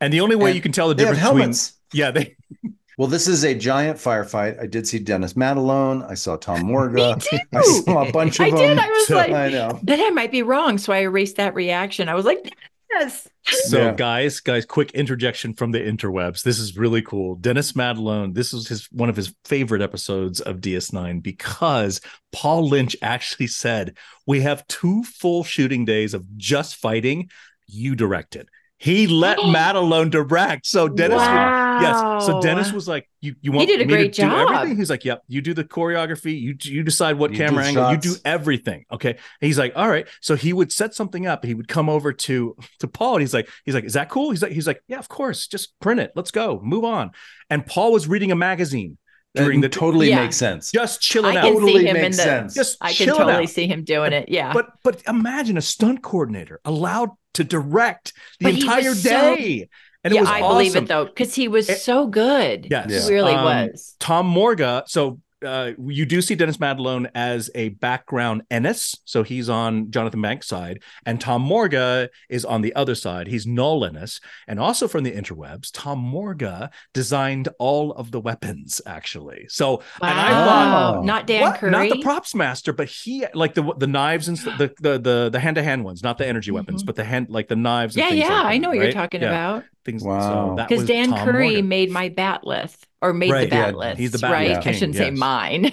And the only way
And
you can tell the
they have
difference between
helmets
yeah, they
well this is a giant firefight i did see dennis matalone i saw tom
Uh,
Me
morga
too.
i saw a bunch of
I
them
did. I was
So-
like,
I know
but I might be wrong. So I erased that reaction. I was like, yes.
So,
Yeah.
guys, guys, quick interjection from the interwebs. This is really cool. Dennis Madelone, this was his one of his favorite episodes of DS9 because Paul Lynch actually said, We have two full shooting days of just fighting. You directed. He let Madelone direct. So Dennis would
wow.
Yes. So Dennis was like, "You you want
did a
me
great
to
job.
do everything?" He's like, "Yep. You do the choreography. You you decide what
You do
camera angle. You do
shots.
everything." Okay. And he's like, "All right." So he would set something up. He would come over to to Paul, and he's like, "He's like, is that cool?" He's like, "He's like, yeah, of course. Just print it. Let's go. Move on." And Paul was reading a magazine during
during
the
totally
Yeah.
makes sense
just chilling
I
out.
can
totally
see him in
makes
the-
sense
Just
I can
chilling
totally
out.
see him doing it. Yeah.
But but imagine a stunt coordinator allowed to direct the
But he
entire
was so-
day, and
yeah,
it was
I
awesome.
believe it though, because he was
It-
so good.
Yes.
Yeah.
He really
Um,
was.
Tom Morga. So uh, you do see Dennis Madelone as a background Ennis. So he's on Jonathan Banks' side, and Tom Morga is on the other side. He's null Ennis. And also from the interwebs, Tom Morga designed all of the weapons, actually. So
Wow.
and I
thought-
not Dan
what?
Curry.
not the props master, but he like the the knives and st- the the the the hand to hand ones, not the energy weapons,
Mhm.
but the hand like the knives.
yeah,
and things
yeah.
like
I
that,
know what you're
right?
talking
Yeah,
about.
Things.
Wow.
So that
Because
was
Dan
Tom
Curry
Morga.
made my bat list or made
Right.
the bat
Yeah,
list.
he's the bat
right.
list
I
king,
shouldn't say
yes.
mine.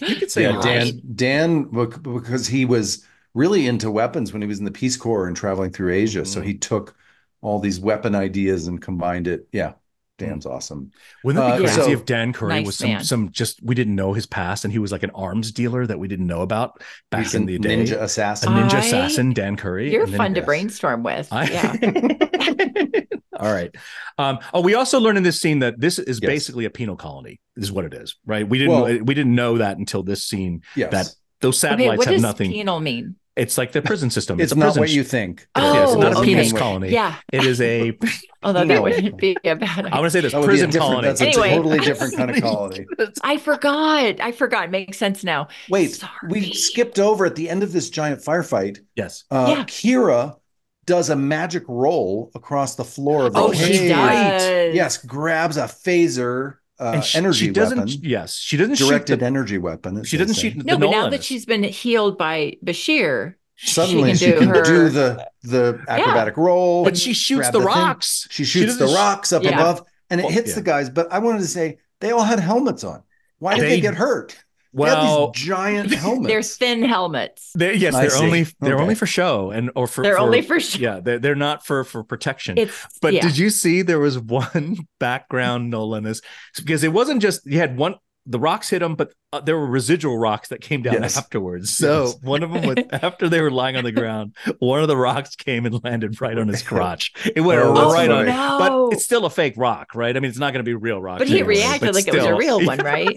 You could say
yeah,
nice.
Dan, Dan, bec- because he was really into weapons when he was in the Peace Corps and traveling through Asia. So
Mhm.
he took all these weapon ideas and combined it. Yeah, Dan's awesome.
Wouldn't it be
Uh,
crazy
so-
if Dan Curry
Nice
was some
man.
some just we didn't know his past and he was like an arms dealer that we didn't know about back
He's
in
a
the day?
ninja
A
assassin.
ninja
I-
assassin, Dan Curry.
You're
and then-
fun to
yes.
brainstorm with.
I-
Yeah.
All right. Um, oh, we also learned in this scene that this is
Yes.
basically a penal colony. Is what it is, right? We didn't
Well-
we didn't know that until this scene.
yes.
That Those
Okay,
satellites
what does
have nothing.
penal mean?
it's like the prison system.
it's
a
not
prison
what you
sh-
think.
Oh,
yeah, it's not a
okay.
penis colony.
Yeah.
It is a.
Although
No.
that wouldn't be a bad
I want
idea.
to say this
That would be a
prison
different,
colony.
that's a
Anyway.
totally different kind of colony.
I forgot. I forgot. Makes sense now.
Wait, we
Sorry.
skipped over at the end of this giant firefight.
yes.
Uh,
Yeah.
Kira does a magic roll across the floor of the
Oh,
she
cave.
does.
Yes, grabs a phaser uh,
And she,
energy
she doesn't.
weapon,
Yes, she doesn't
directed
shoot.
energy weapon.
The,
as
she
they
doesn't
say.
shoot. the
No, but now
Nolan
that
is.
she's been healed by Bashir,
Suddenly, she
she
can
can
do,
do her-
the the acrobatic roll.
but she shoots
grab
the
the thing.
rocks.
she shoots the
doesn't sh-
rocks up
Yeah.
above, and it
Well,
hits
yeah.
the guys. But I wanted to say they all had helmets on. Why did they,
They-
get hurt? they had
Well,
these giant
they're
helmets.
thin helmets.
they yes,
I
they're
see.
only they're
Okay.
only for show and or for
They're
for-
only for sure.
yeah they're, they're not for for protection.
It's
but
yeah.
did you see there was one background Nolan is because it wasn't just you had one the rocks hit him, but uh, there were residual rocks that came down
Yes.
afterwards. So
Yes.
one of them was after they were lying on the ground, one of the rocks came and landed right on his crotch. It went
Oh, that's
right on.
funny.
no.
But it's still a fake rock, right? I mean, it's not going to be real rock.
But he
anyway,
reacted like it was a real one, right?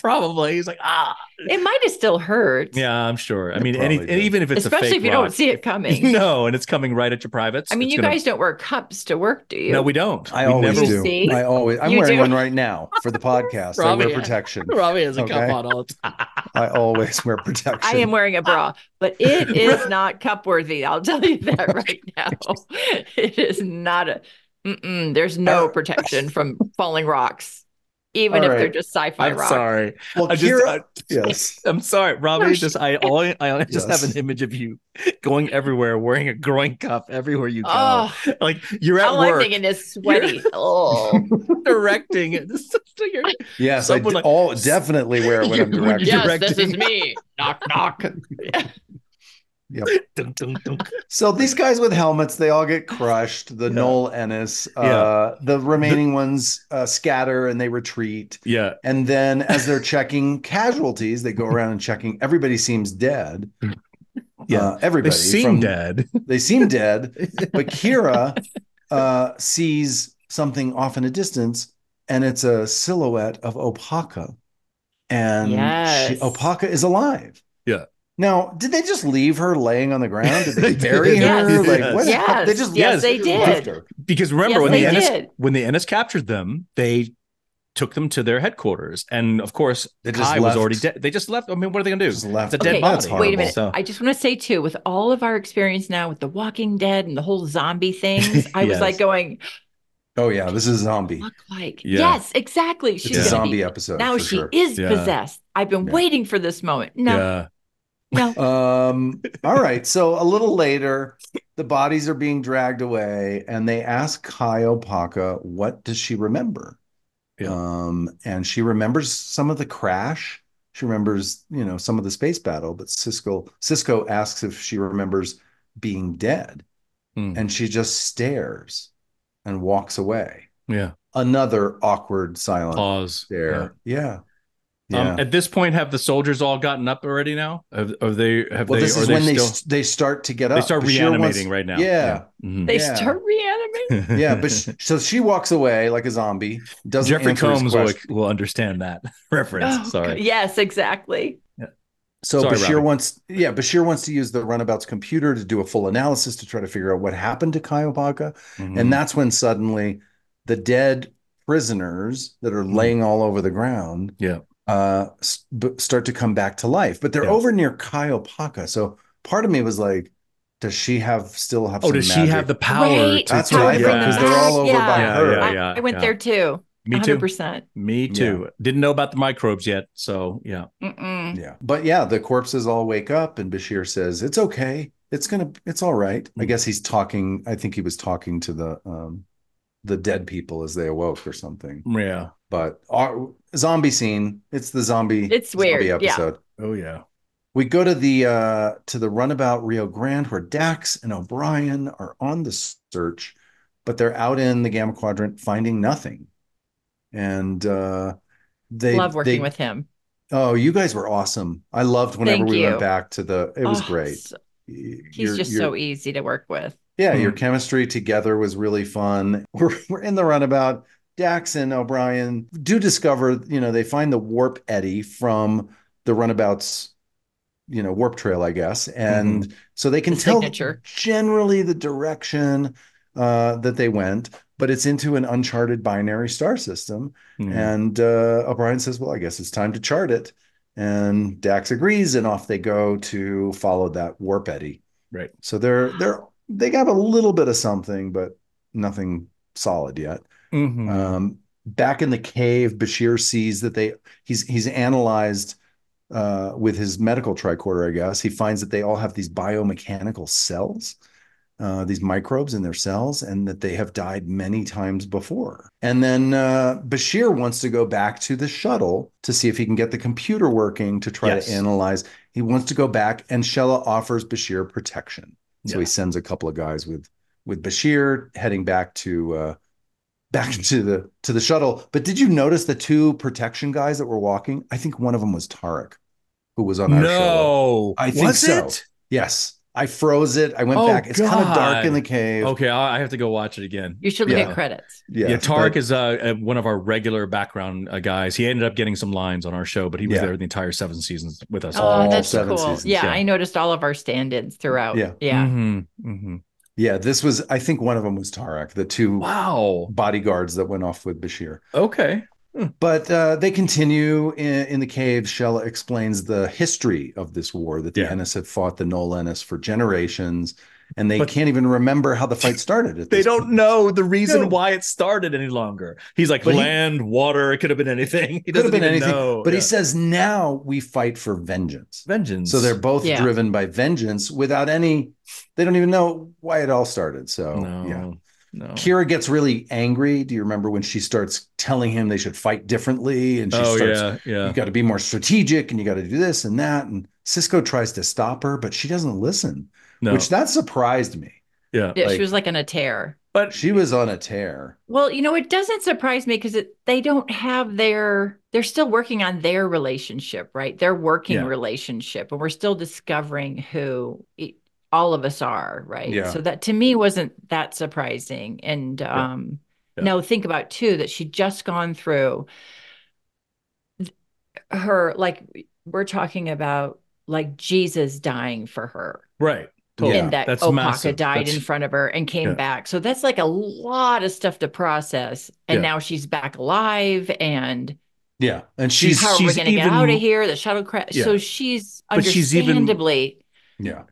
Probably. He's like, ah,
it might have still hurt.
Yeah, I'm sure. I
It
mean, any,
probably
and
did.
even if it's a
especially
fake
if you
rock,
don't see it coming.
no, and it's coming right at your privates.
I mean,
it's
you
gonna-
guys don't wear cups to work, do you?
No, we don't.
I
we
always
never,
do.
You see?
I always. I'm
You
wearing
do.
one right now for the podcast. I wear
Robbie-
protection.
Robbie has a cup
Okay.
on all the time.
I always wear protection.
I am wearing a bra, but it is not cup worthy. I'll tell you that right now. It is not a. Mm-mm, there's
Uh,
no
Alright.
protection from falling rocks, even if they're
Alright.
just sci-fi
I'm
rocks.
sorry.
well,
I just,
Kira.
I,
yes.
am sorry, Robbie.
No,
just I only, I only just
Yes.
have an image of you going everywhere, wearing a groin cup everywhere you go.
Oh,
Like you're at
all I'm
work
thinking is sweaty. Oh,
directing it. This is like you're-
Yes, I
Someone
d-
like-
all definitely wear it when I'm
You- when
directing.
you
yes, this
directing.
is me. knock, knock.
dun, dun, dun.
So these guys with helmets, they all get crushed. The
Yeah.
Noel Ennis, uh,
Yeah.
the remaining ones uh, scatter and they retreat.
Yeah,
And then as they're checking casualties, they go around and checking. Everybody seems dead.
Yeah.
Uh, everybody
they seem
from-
dead.
They seem dead. But Kira uh, sees something off in a distance, and it's a silhouette of Opaka. And
Yes.
she, Opaka is alive.
Yeah.
Now, did they just leave her laying on the ground? Did
They
they
did.
bury
Yes.
her? Like,
Yes.
what?
Yes.
They just
Yes.
yes, they
left
did.
her.
because remember
Yes,
when the
they
Ennis
did.
when the Ennis captured them, they took them to their headquarters. And of course,
They just
Kai was
left.
already dead. They just left. I mean, what are they going to do?
Just left.
It's a dead
Okay,
body.
wait a minute.
So-
I just want to say too, with all of our experience now with The Walking Dead and the whole zombie things, I was
Yes.
like going,
Oh yeah, this is a zombie.
look like,
Yeah.
yes, exactly.
It's
She's
a
gonna
zombie
be,
episode.
now
for
she
sure.
is
Yeah.
possessed. I've been
Yeah.
waiting for this moment. No,
Yeah.
no.
Um, all right. So a little later, the bodies are being dragged away, and they ask Kai Opaka, what does she remember?
Yeah.
Um, and she remembers some of the crash. She remembers, you know, some of the space battle, but Cisco Cisco asks if she remembers being dead,
Hmm.
and she just stares and walks away.
Yeah.
Another awkward silent
Pause. Yeah.
stare. Yeah.
Um, at this point, have the soldiers all gotten up already now? Have, are they? Have
well,
they?
this
are
is
they
when they
still?
s- they start to get up.
they start
Bashir wants-
reanimating right now.
Yeah.
Mhm.
They
Yeah.
start reanimating.
yeah, but sh- so she walks away like a zombie. Doesn't
Jeffrey
answer his
Combs will,
question.
will understand that reference.
Oh,
Sorry.
God. Yes, exactly.
So
Sorry,
Bashir
Robbie.
wants, yeah, Bashir wants to use the runabout's computer to do a full analysis to try to figure out what happened to Kayobaka,
Mm-hmm. Hmm.
and that's when suddenly the dead prisoners that are
Mhm.
laying all over the ground,
Yeah.
uh, s- b- start to come back to life. But they're
Yeah.
over near Kayopaka, so part of me was like, does she have still have?
oh,
some
does she
magic?
have the power?
Right.
To
That's
do
what I
Power to
think
bring
because
that?
them
they're all
back,
over by
yeah,
her.
yeah,
I,
yeah.
I went there too.
Me too.
100%.
Me too. Didn't know about the microbes yet. So yeah.
Mm-mm.
Yeah. But yeah, the corpses all wake up and Bashir says, It's okay. It's gonna it's all right. I
Mm-hmm.
Mm.
guess he's talking, I think he was talking to the um the dead people as they awoke or something.
Yeah.
But our zombie scene, it's the zombie
It's weird,
zombie
yeah.
episode.
Oh yeah.
We go to the uh to the runabout Rio Grande where Dax and O'Brien are on the search, but they're out in the Gamma Quadrant finding nothing. And uh they
Love working
they-
with him.
Oh, you guys were awesome. I loved whenever
Thank
we
you.
went back to the, it was
Oh,
great.
so-
He's
he's just so easy to work with.
yeah, your
Mhm.
chemistry together was really fun. We're, we're in the runabout. Dax and O'Brien do discover, you know, they find the warp eddy from the runabout's, you know, warp trail, I guess. And so they can
The
tell
signature.
generally the direction uh, that they went, but it's into an uncharted binary star system.
Yeah.
And uh, O'Brien says, Well, I guess it's time to chart it. And Dax agrees, and off they go to follow that warp eddy.
Right.
So they're they're they got a little bit of something, but nothing solid yet.
Mhm.
Um, back in the cave, Bashir sees that they he's he's analyzed uh, with his medical tricorder. I guess he finds that they all have these biomechanical cells, uh, these microbes in their cells, and that they have died many times before. And then uh, Bashir wants to go back to the shuttle to see if he can get the computer working to try
Yes.
to analyze. He wants to go back, and Shella offers Bashir protection. So
Yeah.
he sends a couple of guys with with Bashir heading back to uh, back to the to the shuttle. But did you notice the two protection guys that were walking? I think one of them was Tarek, who was on our
No.
shuttle. I think
Was
so.
it?
Yes, I froze it. I went
Oh,
back. It's kind of dark
God.
in the cave.
Okay, I I have to go watch it again.
You should look
Yeah.
at credits.
yeah, Tarek
but-
is uh, uh, one of our regular background uh, guys. He ended up getting some lines on our show, but he was
Yeah.
there the entire seven seasons with us.
all
Oh, that's
seven
cool.
seasons,
yeah,
yeah.
I noticed all of our stand-ins throughout.
Yeah.
Yeah.
Mhm, mhm.
yeah. This was. I think one of them was Tarek. The two
Wow.
bodyguards that went off with Bashir.
Okay.
But uh, they continue in, in the cave. Shella explains the history of this war that the
Yeah.
Ennis have fought the Nol Ennis for generations, and they
But-
can't even remember how the fight started. At
They
this
don't
point.
know the reason
No.
why it started any longer. He's like
But he-
land, water. It could have been anything. He
Could have
doesn't
been
even
anything,
know.
but
yeah.
he says now we fight for vengeance.
vengeance.
So they're both
Yeah.
driven by vengeance without any. They don't even know why it all started. So
no,
yeah.
no.
Kira gets really angry. Do you remember when she starts telling him they should fight differently? And she
oh
starts
yeah, yeah.
you got to be more strategic and you got to do this and that and cisco tries to stop her but she doesn't listen
No,
which that surprised me
yeah.
Yeah,
Like-
she was like on a tear.
But
she was on a tear
Well, you know, it doesn't surprise me because they don't have their, they're still working on their relationship, right? Their working
Yeah.
relationship. And we're still discovering who e- all of us are, right?
Yeah.
So that to me wasn't that surprising. And
Yeah.
um,
Yeah.
no, think about too that she'd just gone through th- her, like, we're talking about like Jesus dying for her
right, Totally.
and that
That's
Opaka
massive.
died in
That's-
front of her and came
Yeah.
back. So that's like a lot of stuff to process. And
Yeah.
now she's back alive and
Yeah. And she's,
how are we
she's
going to get
even-
out of here? The shuttlecraft.
Yeah.
So she's
But she's even-
understandably
yeah.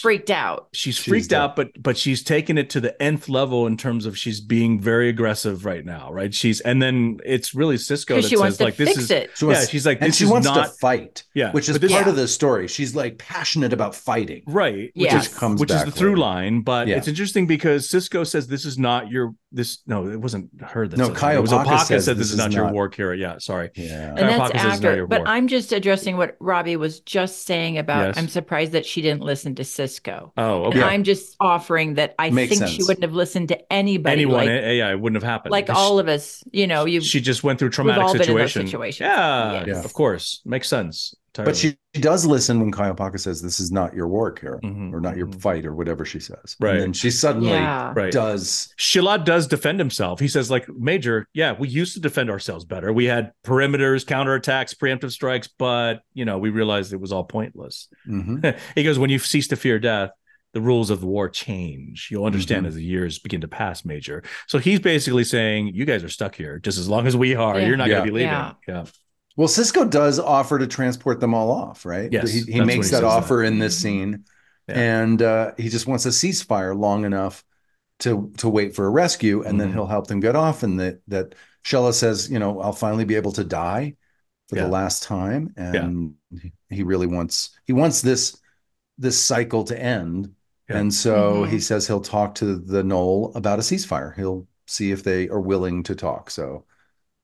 freaked out.
she's
She's
freaked
the-
out but but she's taken it to the nth level in terms of she's being very aggressive right now right she's and then it's really cisco that
because she
says
wants to
like
fix
this is
it.
She
yeah
wants,
she's like
and
this
she
is
wants
not
to fight,
yeah
which is
but this-
part
Yeah.
of the story. She's like passionate about fighting.
right
Yeah.
which
Yes.
is
comes
which is
back
the through
later.
line but
Yeah.
it's interesting because cisco says this is not your this no it wasn't her that
No,
said that.
Kai
it was
Opaka
opaka
says
said this is not, your
not-
war carrier yeah sorry
Yeah.
Sarah
And that's
Parker says it's not
after,
your
but
war.
I'm just addressing what Robbie was just saying about.
Yes.
I'm surprised that she didn't listen to Cisco.
oh okay
And I'm just offering that I
Makes
think she
sense.
wouldn't have listened to anybody.
anyone
like,
eh, yeah it wouldn't have happened
like
She-
all of us, you know, you
she just went through a
all
traumatic
been in those
situation
situations.
yeah,
Yes.
of course makes sense
But she, she does listen when Kyle Parker says, This is not your war, Kara,
Mhm,
or not your
mhm.
fight, or whatever she says.
Right.
And then she suddenly
yeah.
right
does.
Shilad does defend himself. He says, like, Major, yeah, we used to defend ourselves better. We had perimeters, counterattacks, preemptive strikes, but, you know, we realized it was all pointless.
Mhm.
he goes, when you cease to fear death, the rules of the war change. You'll understand
Mhm.
as the years begin to pass, Major. So he's basically saying, you guys are stuck here just as long as we are.
Yeah.
You're not going
Yeah.
to be leaving.
Yeah.
Yeah.
Well, Cisco does offer to transport them all off, right?
Yes,
he,
that's
he
what
makes
he
that
says
offer
that.
in this
Mhm.
scene,
Yeah.
and uh, he just wants a ceasefire long enough to to wait for a rescue, and then
Mhm.
he'll help them get off. And that that Shella says, you know, I'll finally be able to die for
Yeah.
the last time, and he really wants he wants this this cycle to end,
Yeah.
and so
Mhm.
he says he'll talk to the Knoll about a ceasefire. He'll see if they are willing to talk. So.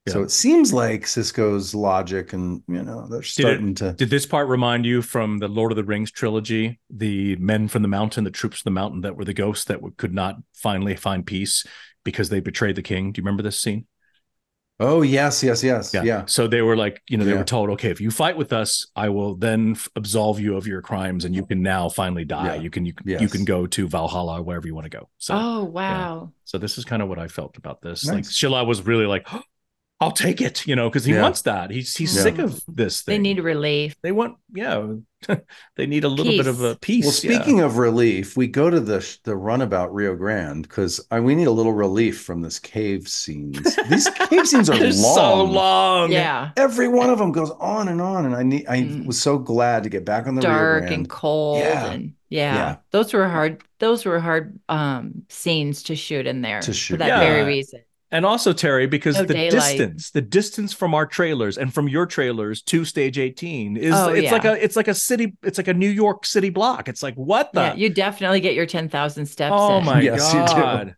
So
Yeah.
it seems like Cisco's logic and you know they're starting to
Did this part remind you from the Lord of the Rings trilogy, the men from the mountain, the troops from the mountain that were the ghosts that w- could not finally find peace because they betrayed the king? Do you remember this scene?
Oh yes, yes, yes. Yeah.
So they were like, you know, they
Yeah.
were told, okay, if you fight with us, I will then f- absolve you of your crimes, and you can now finally die.
Yeah.
You can you can you
Yes.
can go to Valhalla or wherever you want to go. So
Oh wow.
so this is kind of what I felt about this. Like
Nice.
Shilla was really like, I'll take it, you know, because he
Yeah.
wants that. He's he's
Yeah.
sick of this
They
thing.
need relief.
they want yeah they need a little bit of a peace.
Well,
yeah.
speaking of relief, we go to the the runabout Rio Grande because we need a little relief from this cave scenes. These cave scenes are
They're
long.
so long.
Yeah.
Every one of them goes on and on, and I need. I
Mm.
was so glad to get back on the Rio
Dark
Grande.
and cold
Yeah.
and yeah.
Yeah.
Those were hard those were hard um scenes to shoot in there
To shoot.
for that
Yeah.
very reason.
And also, Terry, because
No
the
daylight.
distance, the distance from our trailers and from your trailers to stage 18 is
Oh,
it's
yeah.
like a it's like a city, it's like a New York City block. It's like what the
Yeah, you definitely get your 10,000 steps
Oh
in.
my
Yes, you do.
god.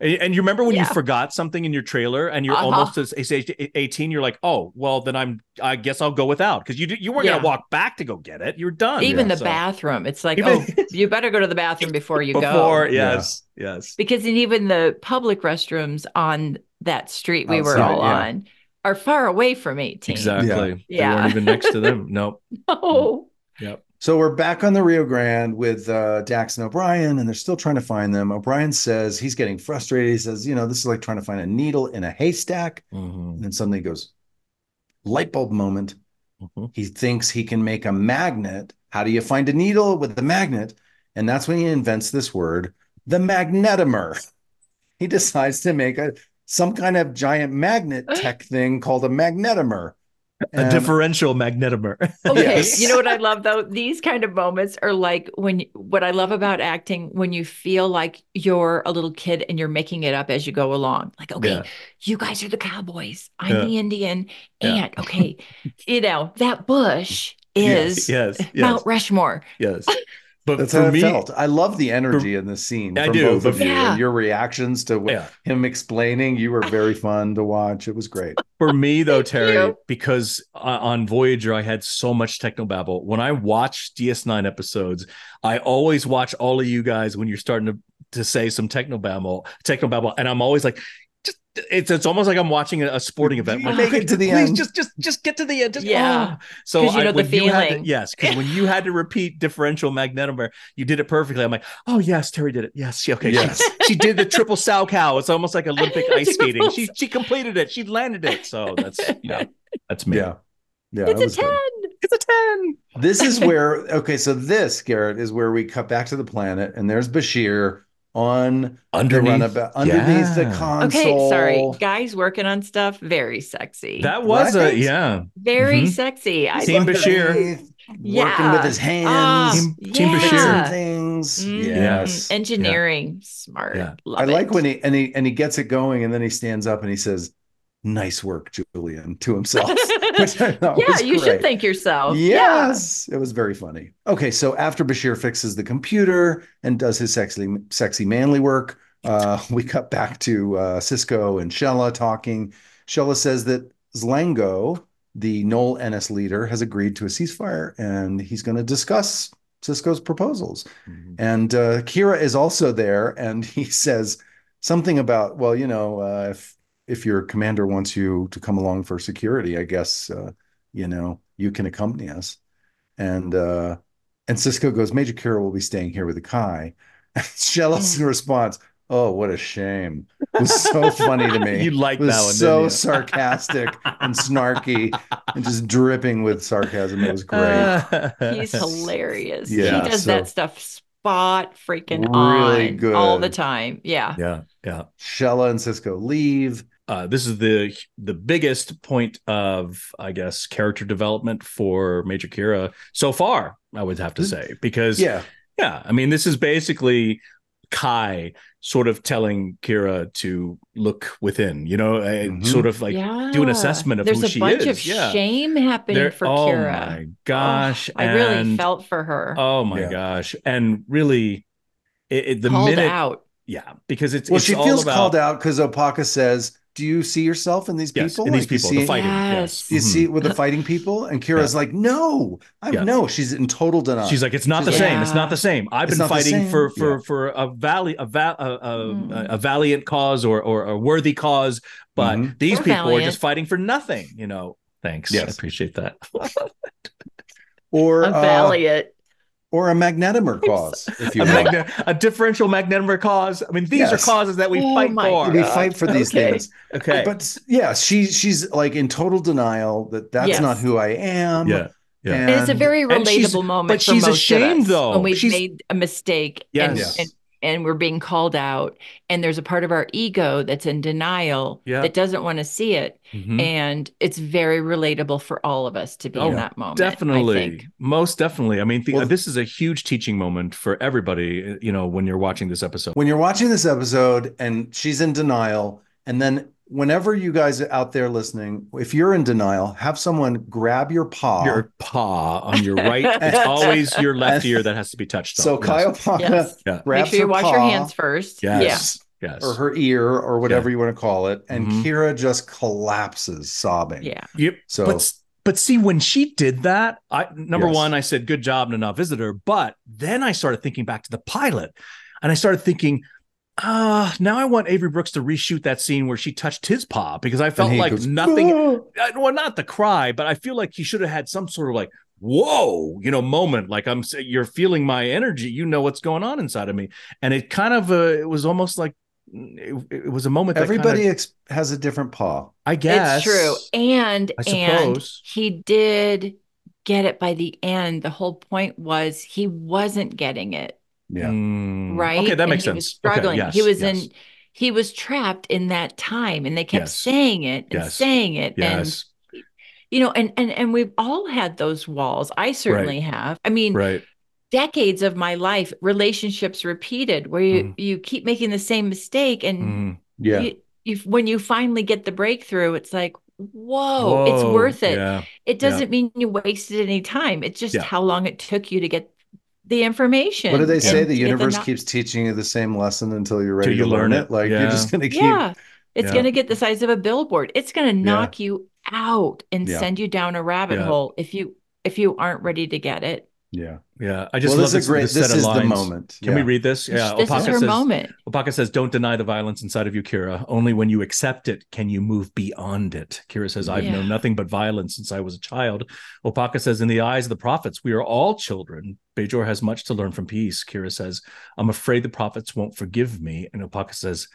And and you remember when you
Yeah.
forgot something in your trailer and you're
Uh-huh.
almost to stage 18, you're like, oh, well, then I'm I guess I'll go without because you did, you weren't
Yeah.
gonna walk back to go get it. You're done.
Even the
So-
bathroom. It's like,
Even-
oh, you better go to the bathroom before you
before,
go.
Yeah.
yes, yes.
Because in even the public restrooms on that street we were
Outside,
all
yeah.
on are far away from 18.
Exactly. They
Yeah.
weren't even next to them. Nope.
Oh,
So we're back on the Rio Grande with uh, Dax and O'Brien, and they're still trying to find them. O'Brien says he's getting frustrated. He says, you know, this is like trying to find a needle in a haystack.
Mhm,
And then suddenly he goes, light bulb moment.
mhm.
He thinks he can make a magnet. How do you find a needle with a magnet? And that's when he invents this word, the magnetomer. He decides to make a some kind of giant magnet tech thing called a magnetomer.
A
And-
differential magnetomer.
Okay,
Yes.
you know what I love though? These kind of moments are like when what I love about acting when you feel like you're a little kid and you're making it up as you go along. Like, okay,
Yeah.
you guys are the cowboys, I'm
Yeah.
the Indian,
Yeah.
and okay, you know, that bush is
yes, yes,
Mount Rushmore.
yes. But
That's
for
how
me,
it felt. I love the energy in this scene.
I
from
do,
Both
but-
of you
Yeah.
and your reactions to what
yeah.
him explaining. You were very fun to watch. It was great.
For me though,
Thank
Terry,
you.
because uh, on Voyager I had so much technobabble. When I watch DS9 episodes, I always watch all of you guys when you're starting to, to say some technobabble, technobabble, and I'm always like, just it's it's almost like I'm watching a, a sporting event.
You
Like,
make it to the
please
end.
just just just get to the end. Just,
Yeah.
ah. So
'Cause you
I,
know the
when you had to-
feeling.
yes, because when you had to repeat differential magnetomer, you did it perfectly. I'm like, oh yes, Terry did it. Yes, she okay. she-
Yes.
she did the triple sow cow. It's almost like Olympic ice skating.
Triple
She she completed it. She landed it. So that's yeah, that's me.
Yeah. Yeah. it
It's a
was good.
10.
It's a ten.
This is where, okay, so this, Garrett, is where we cut back to the planet, and there's Bashir on
Underneath,
the runabout, underneath
yeah.
the console.
Okay, sorry. Guys working on stuff, very sexy.
That was a
Right?
yeah.
very
Mhm.
sexy. I
Team
love it.
Bashir.
Underneath, Working
Yeah.
with his
Ah,
hands,
Team
yeah.
fixing
Bashir.
things.
Mhm.
Yes.
Engineering, smart.
Yeah.
Love
I like
it.
when he and he and he gets it going, and then he stands up and he says, "Nice work, Julian," to himself. which I thought
yeah,
was
you
great.
should thank yourself.
Yes, it was very funny. Okay, so after Bashir fixes the computer and does his sexy, sexy manly work, uh, we cut back to uh, Cisco and Shella talking. Shella says that Zlango, the Noel Ennis leader, has agreed to a ceasefire and he's going to discuss Cisco's proposals. And uh, Kira is also there, and he says something about, well, you know, uh, if if your commander wants you to come along for security, I guess uh, you know you can accompany us. And uh, and Cisco goes, Major Kira will be staying here with the Kai. And Shella's response, "Oh, what a shame!" was so funny to me.
You like
It was
that one,
so
didn't you?
sarcastic and snarky and just dripping with sarcasm. It was great.
Uh,
He's hilarious.
Yeah,
he does
so-
that stuff spot freaking
Really
on all the
good.
time. Yeah.
Yeah, yeah.
Shella and Cisco leave.
Uh, this is the the biggest point of, I guess, character development for Major Kira so far. I would
Hmm.
have to say because
Yeah.
Yeah, I mean, this is basically Kai sort of telling Kira to look within, you know, and
Mhm.
sort of like do an assessment of
There's
who
a
she
bunch
is.
of
yeah.
shame happening
There-
for
oh
Kira.
my gosh!
I really
and-
felt for her.
Oh my
Yeah.
gosh! And really, it, it- the
called
minute,
out.
yeah, because it's
Well,
it's
she
all
feels
about
called out because Opaka says, "Do you see yourself in these
yes,
people?
in these
Like, you
people,
see
the
it-
fighting.
Yes.
You
Yes. Mm-hmm.
see it with the fighting people?" And Kira's like, "No, I'm
Yeah.
no." She's in total
Mhm.
denial.
She's like, it's not the
She's like-
same. It's not the same. I've been
It's not the
fighting
same.
for for
Yeah.
for a valley a val a, a,
Mm.
a valiant cause or or a worthy cause, but
Mhm.
these
Or
people are
valiant.
just fighting for nothing. You know. Thanks. I
Yes.
appreciate that.
or
A
uh,
valiant.
or a magnetomer cause, if you
a,
will.
magne- a differential magnetomer cause. I mean, these
Yes.
are causes that we
Oh
fight
my
for.
We fight for these
Okay.
things,
okay.
but yeah, she she's like in total denial that that's
Yes.
not who I am.
yeah. yeah.
And it's a very
and she's-
relatable moment.
but
for
she's
most of
ashamed,
us
though.
when we've
She's-
made a mistake. And,
Yes.
and and we're being called out, and there's a part of our ego that's in denial
Yeah.
that doesn't want to see it,
Mhm.
and it's very relatable for all of us to be
Oh,
in that moment. I think.
definitely most definitely i mean th-
Well-
this is a huge teaching moment for everybody you know when you're watching this episode
when you're watching this episode and she's in denial and then whenever you guys out there listening if you're in denial have someone grab your paw
your paw on your right it's always your left ear that has to be touched
so
on. Yes.
kyle Paka
Yes.
Yeah.
grabs
Make sure you
her
wash
paw,
your hands first.
Yes. yes
or her ear or whatever you want to call it and
Mhm.
kira just collapses sobbing
Yeah. Yeah.
yep
so
but s- but see when she did that i number
Yes.
one i said good job nana visitor but then i started thinking back to the pilot and i started thinking ah now i want avery brooks to reshoot that scene where she touched his paw because i felt
he
like
goes,
nothing
"Oh."
I- well, not the cry, but I feel like he should have had some sort of like, whoa, you know, moment. Like I'm, s- you're feeling my energy. You know what's going on inside of me, and it kind of, uh, it was almost like, it, it was a moment. That
everybody
kind of,
ex- has a different paw
I guess,
It's true. And
I
and
suppose.
he did get it by the end. The whole point was he wasn't getting it,
yeah
Mm.
right?
Okay, that
And
makes
he
sense.
Was struggling.
Okay, yes,
he was
yes,
in he was trapped in that time and they kept
Yes.
saying it and
Yes.
saying it and
Yes,
you know and and and we've all had those walls. I certainly have. I mean,
right.
decades of my life relationships repeated where you
Mm.
you keep making the same mistake and
Mm.
yeah
you, you when you finally get the breakthrough it's like whoa, Oh, it's
Whoa,
worth it
Yeah.
it
yeah.
doesn't mean you wasted any time it's just
Yeah.
how long it took you to get the information
what do they say
and
the
to get
universe
kno-
keeps teaching you the same lesson until you're ready
Till you
to learn,
learn
it,
it.
like
Yeah.
you're just gonna keep
yeah it's
Yeah.
going to get the size of a billboard it's going to knock you out and
Yeah.
send you down a rabbit
Yeah.
hole if you if you aren't ready to get it
yeah
Yeah. I just
well
love
this is a great
set
this
of
is the
lines.
moment
Can we
Yeah.
read this? Yeah.
this is
Opaka
her
says-
moment
Opaka says, "Don't deny the violence inside of you, Kira. Only when you accept it can you move beyond it." Kira says, "I've
Yeah.
known nothing but violence since I was a child." Opaka says, "In the eyes of the prophets, we are all children. Bajor has much to learn from peace." Kira says, "I'm afraid the prophets won't forgive me." And Opaka says,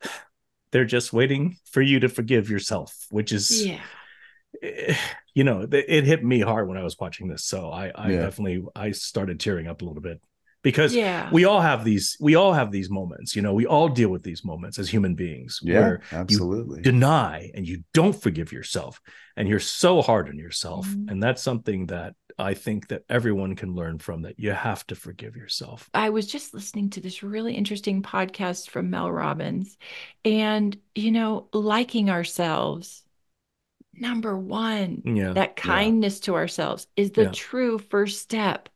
"They're just waiting for you to forgive yourself," which is
yeah
eh, you know, th- it hit me hard when I was watching this. So I, I
Yeah.
definitely I started tearing up a little bit because
Yeah.
we all have these we all have these moments. You know, we all deal with these moments as human beings
Yeah,
where
absolutely.
deny and you don't forgive yourself and you're so hard on yourself.
Mhm.
And that's something that I think that everyone can learn from that you have to forgive yourself.
I was just listening to this really interesting podcast from Mel Robbins. And, you know, liking ourselves, number one,
Mm, Yeah.
that kindness to ourselves is the
Yeah.
true first step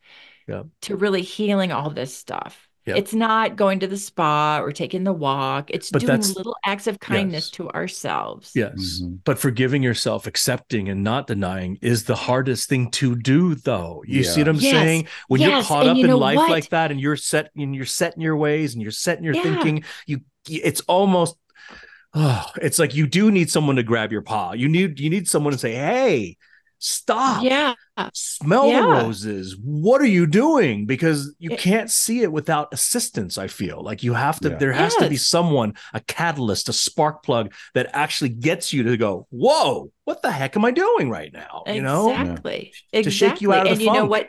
Yeah.
to really healing all this stuff.
Yeah.
It's not going to the spa or taking the walk, it's
But
doing
that's-
little acts of kindness
Yes.
to ourselves.
Yes.
Mhm.
But forgiving yourself, accepting and not denying is the hardest thing to do though. You see what I'm
Yes.
saying? When you're
Yes.
caught
And
up
you
in
know
life
what?
like that and you're set and you're set in your ways and you're set in your
Yeah.
thinking, you it's almost oh, it's like you do need someone to grab your paw. You need you need someone to say, "Hey, stop."
Yeah.
smell the
Yeah.
roses what are you doing because you
It-
can't see it without assistance i feel like you have to
Yeah.
there has to be
Yes.
someone a catalyst a spark plug that actually gets you to go whoa what the heck am i doing right now you know
Exactly.
To shake you
Exactly.
out of the
and you know
funk.
what?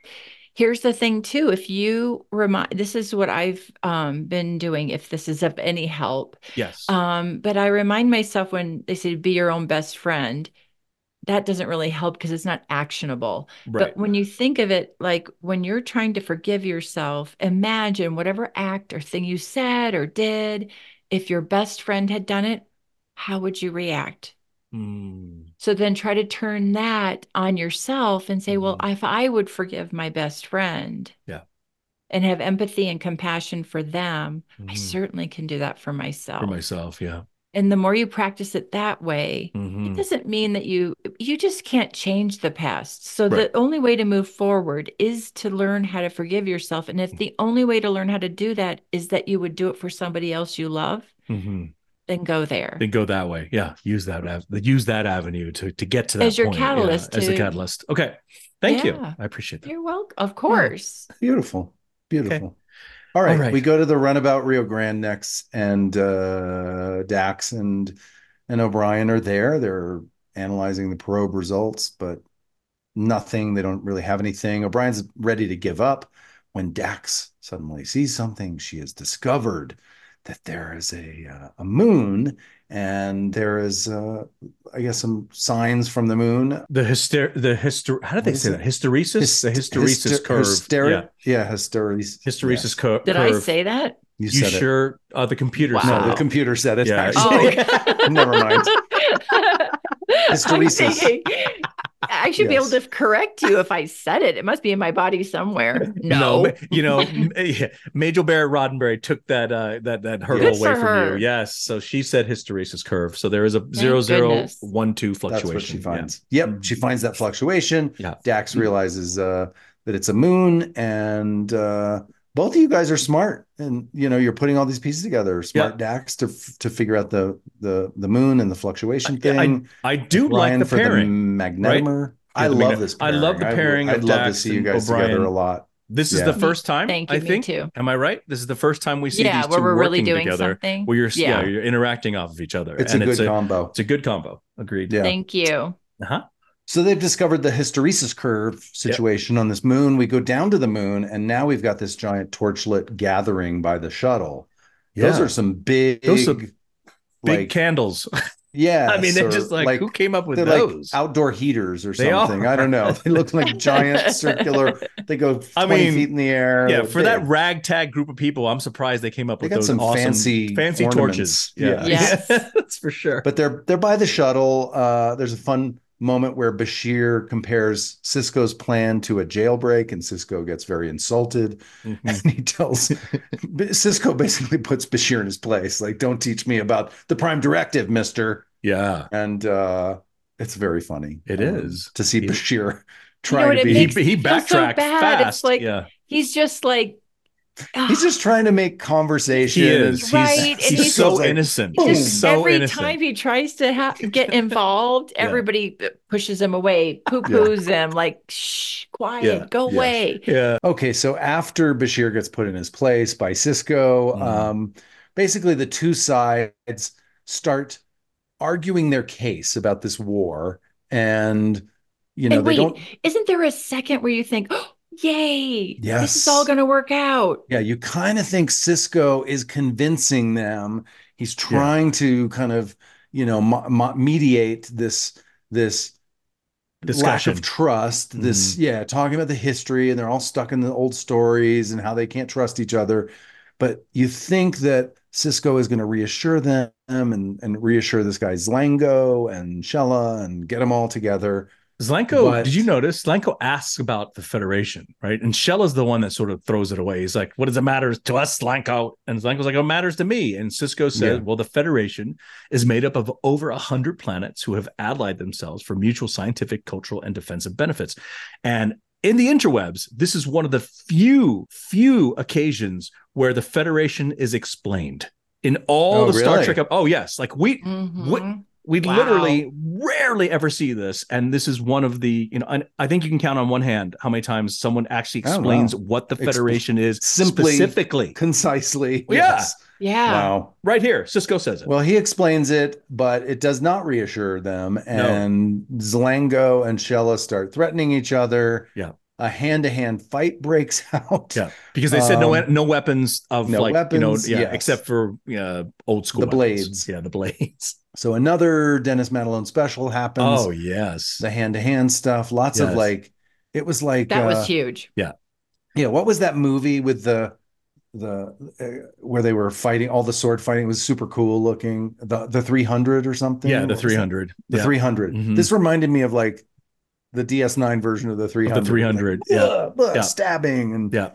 Here's the thing too. If you remind, this is what I've um, been doing. If this is of any help,
yes
um, but I remind myself when they say be your own best friend, that doesn't really help because it's not actionable.
right
But when you think of it, like when you're trying to forgive yourself, imagine whatever act or thing you said or did, if your best friend had done it, how would you react?
Mm,
So then try to turn that on yourself and say, well,
Mhm.
if I would forgive my best friend
Yeah.
and have empathy and compassion for them, I
mhm.
certainly can do that for myself.
for myself yeah
And the more you practice it that way, it
Mhm.
doesn't mean that you you just can't change the past. So
Right.
the only way to move forward is to learn how to forgive yourself. And
Mm.
if the only way to learn how to do that is that you would do it for somebody else you love,
Mhm.
then go there.
then go that way yeah use that av- use that avenue to to get to that
As your
point. Yeah,
catalyst
as the
to-
catalyst okay thank
Yeah.
you i appreciate that
You're welcome. Of course.
Beautiful. Beautiful. All, right,
All right.
We go to the runabout Rio Grande next, and uh, Dax and and O'Brien are there. They're analyzing the probe results, but nothing. They don't really have anything. O'Brien's ready to give up when Dax suddenly sees something. She has discovered that there is a uh, a moon, and there is, uh, I guess, some signs from the moon
the hyster the hyster how did they
What
say
is
that hysteresis the
Hyst-
hysteresis
hyster-
curve
hysteri-
yeah
yeah, hysteresis.
hysteresis
yes.
cur-
Did
curve
I say that?
You,
you
said it.
sure uh, the computer
Wow.
said
No, the
it.
computer said it.
Yeah.
Actually,
Oh.
never mind.
I'm
Hysteresis.
thinking, I should be able
Yes.
to correct you if I said it. It must be in my body somewhere. No.
ma- you know m- eh, yeah, Major Barrett Roddenberry took that uh, that that hurdle
Good
away
for
from
her.
you yes so she said hysteresis curve so there is a zero zero
goodness.
one two
That's
fluctuation
what she
Yeah.
finds.
Mhm.
Yep, she finds that fluctuation.
Yeah.
Dax realizes uh, that it's a moon, and uh, both of you guys are smart, and you know you're putting all these pieces together. Smart Dax to f- to figure out the the the moon and the fluctuation
I- I
thing.
I do like
O'Brien
the
for the
pairing
magnetomer. I
Yeah, the
love
magnet-
this.
I
Pairing.
love the
would-
pairing
I'd
of
love
Dax
to see you
and
guys together
O'Brien.
a lot.
this is
Yeah.
the first time
Thank you.
I
me
think
too.
am I right this is the first time we see
Yeah,
these
where
2
we're really
working
doing
together
something.
where you're yeah.
Yeah.
you're interacting off of each other
It's
and
a good
it's a
combo.
it's a good combo agreed
yeah.
Thank you.
uh-huh
So they've discovered the hysteresis curve situation on this moon. We go down to the moon, and now we've got this giant torchlit gathering by the shuttle. Those are some big,
Those are big
like,
candles
yeah.
I mean, they're
or
just like, who came up with
they're
those?
like outdoor heaters or
They
something. I don't know. They look like giant circular. They go twenty
I mean,
feet in the air.
yeah,
They're
for that
big.
ragtag group of people, I'm surprised they came up
They
with
got
those
some
awesome
fancy
fancy torches.
ornaments.
Yeah,
Yeah.
Yes.
that's for sure.
but they're they're by the shuttle. Uh, there's a fun moment where Bashir compares Cisco's plan to a jailbreak, and Cisco gets very insulted.
Mhm.
And he tells Cisco basically puts Bashir in his place, like, "Don't teach me about the Prime Directive, Mister."
yeah,
And uh, it's very funny.
It
It is
is.
to see
He-
Bashir trying
what
to
it
be.
he,
makes-
he
it feels so
backtracked
bad. It's
fast.
like-
yeah,
He's just like,
He's just trying to make conversation.
he is.
He's-
He's,
Right, and
he's,
he's-
so
Cisco's like,
innocent.
boom.
He's
just
so
every
innocent.
time he tries to ha- get involved,
Yeah.
everybody pushes him away, poo poos him, like, shh, quiet,
Yeah.
go
Yeah.
away.
yeah,
Okay, so after Bashir gets put in his place by Cisco,
Mm-hmm.
Mhm.
um, basically the two sides start arguing their case about this war, and You know,
And
they
wait,
don't.
Isn't there a second where you think, oh, yay, this
Yes.
is all going to work out?
Yeah, you kind of think Cisco is convincing them. He's trying to kind of, you know, mo- mo- mediate this this lack
Discussion. Mm-hmm.
of trust. This, yeah, talking about the history, and they're all stuck in the old stories and how they can't trust each other. But you think that Cisco is going to reassure them and and reassure this guy Zlango and Shella and get them all together.
Zlanko,
But-
did you notice? Zlanko asks about the Federation, right? And Shella's the one that sort of throws it away. He's like, what does it matter to us, Zlanko? And Zlanko's like, oh, it matters to me. And Cisco says,
Yeah.
well, the Federation is made up of over 100 planets who have allied themselves for mutual scientific, cultural, and defensive benefits. And in the interwebs, this is one of the few, few occasions where the Federation is explained. In all
Oh,
the Star
really?
Trek, oh yes, like we
Mhm.
we
Wow.
literally rarely ever see this, and this is one of the you know. and I think you can count on one hand how many times someone actually
Oh, wow.
explains what the
Expl-
Federation is
Simply-
specifically.
Concisely,
Yeah.
Yeah.
Wow.
Right here, Cisco says it.
Well, he explains it, but it does not reassure them. And Zlango and Shella start threatening each other.
Yeah.
A hand to hand fight breaks out.
Yeah. because they said no
um,
no weapons of
no
like
weapons,
you know yeah
yes.
except for uh, old school
The
weapons.
blades.
yeah the blades
So another Dennis Madelon special happens.
oh yes
The hand to hand stuff. Lots of
Yes.
like, it was like,
That
uh,
was huge.
yeah, what was that movie with the, the uh, where they were fighting all the sword fighting It was super cool looking the the 300 or something
yeah the
What was
three
it?
hundred
the 300
Mhm.
this reminded me of like the ds9 version of the 300
the three hundred
Like,
yeah.
"Ugh, ugh,"
Yeah.
stabbing and
Yeah.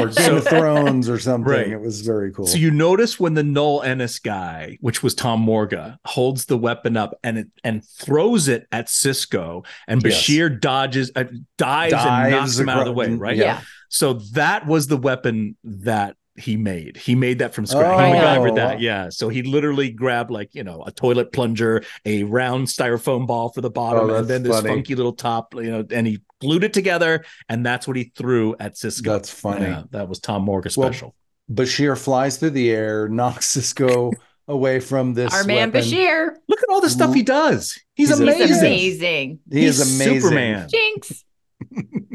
or game of thrones or something
Right.
it was very cool
So you notice when the Null Ennis guy, which was Tom Morga, holds the weapon up and it and throws it at Cisco, and
Yes.
Bashir dodges, uh, dives, and knocks
Dives
him out of the
acro-
way, right?
Yeah.
yeah.
So that was the weapon that he made. He made that from scratch. he
Oh.
MacGyvered that, yeah. So he literally grabbed like you know a toilet plunger, a round styrofoam ball for the bottom, and
Oh, that's
then this
funny.
funky little top, you know, and he glued it together, and that's what he threw at Cisco.
that's funny
Yeah, that was Tom Morga
Well,
special.
bashir flies through the air knocks cisco away from this
Our man
weapon.
Bashir.
Look at all the stuff he does. He's,
He's
amazing.
He's amazing.
he
He's
is amazing
Superman.
Jinx.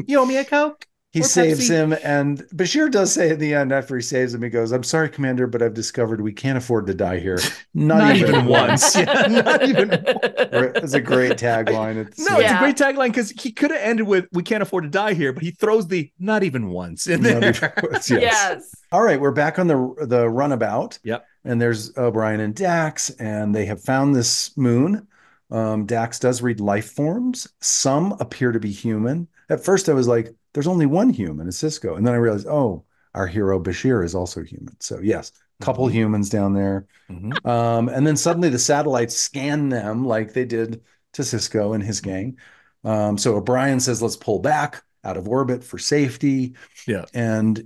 You owe me a coke.
he
Or
saves
Pepsi.
him and bashir does say at the end after he saves him he goes i'm sorry commander but i've discovered we can't afford to die here not, even, once
Yeah, not even.
it's a great tagline it's
No,
Yeah.
it's a great tagline because he could have ended with "We can't afford to die here," but he throws the "not even once" in
Not
there.
even once,
Yes.
yes. All right, we're back on the the runabout.
Yep.
And there's O'Brien and Dax, and they have found this moon. Um, Dax does read life forms. Some appear to be human. At first, I was like, "There's only one human, it's Cisco," and then I realized, "Oh, our hero Bashir is also human." So yes, couple
Mm-hmm.
humans down there.
Mhm.
Um, and then suddenly the satellites scan them like they did to Cisco and his gang. Um, so O'Brien says, "Let's pull back out of orbit for safety."
Yeah.
And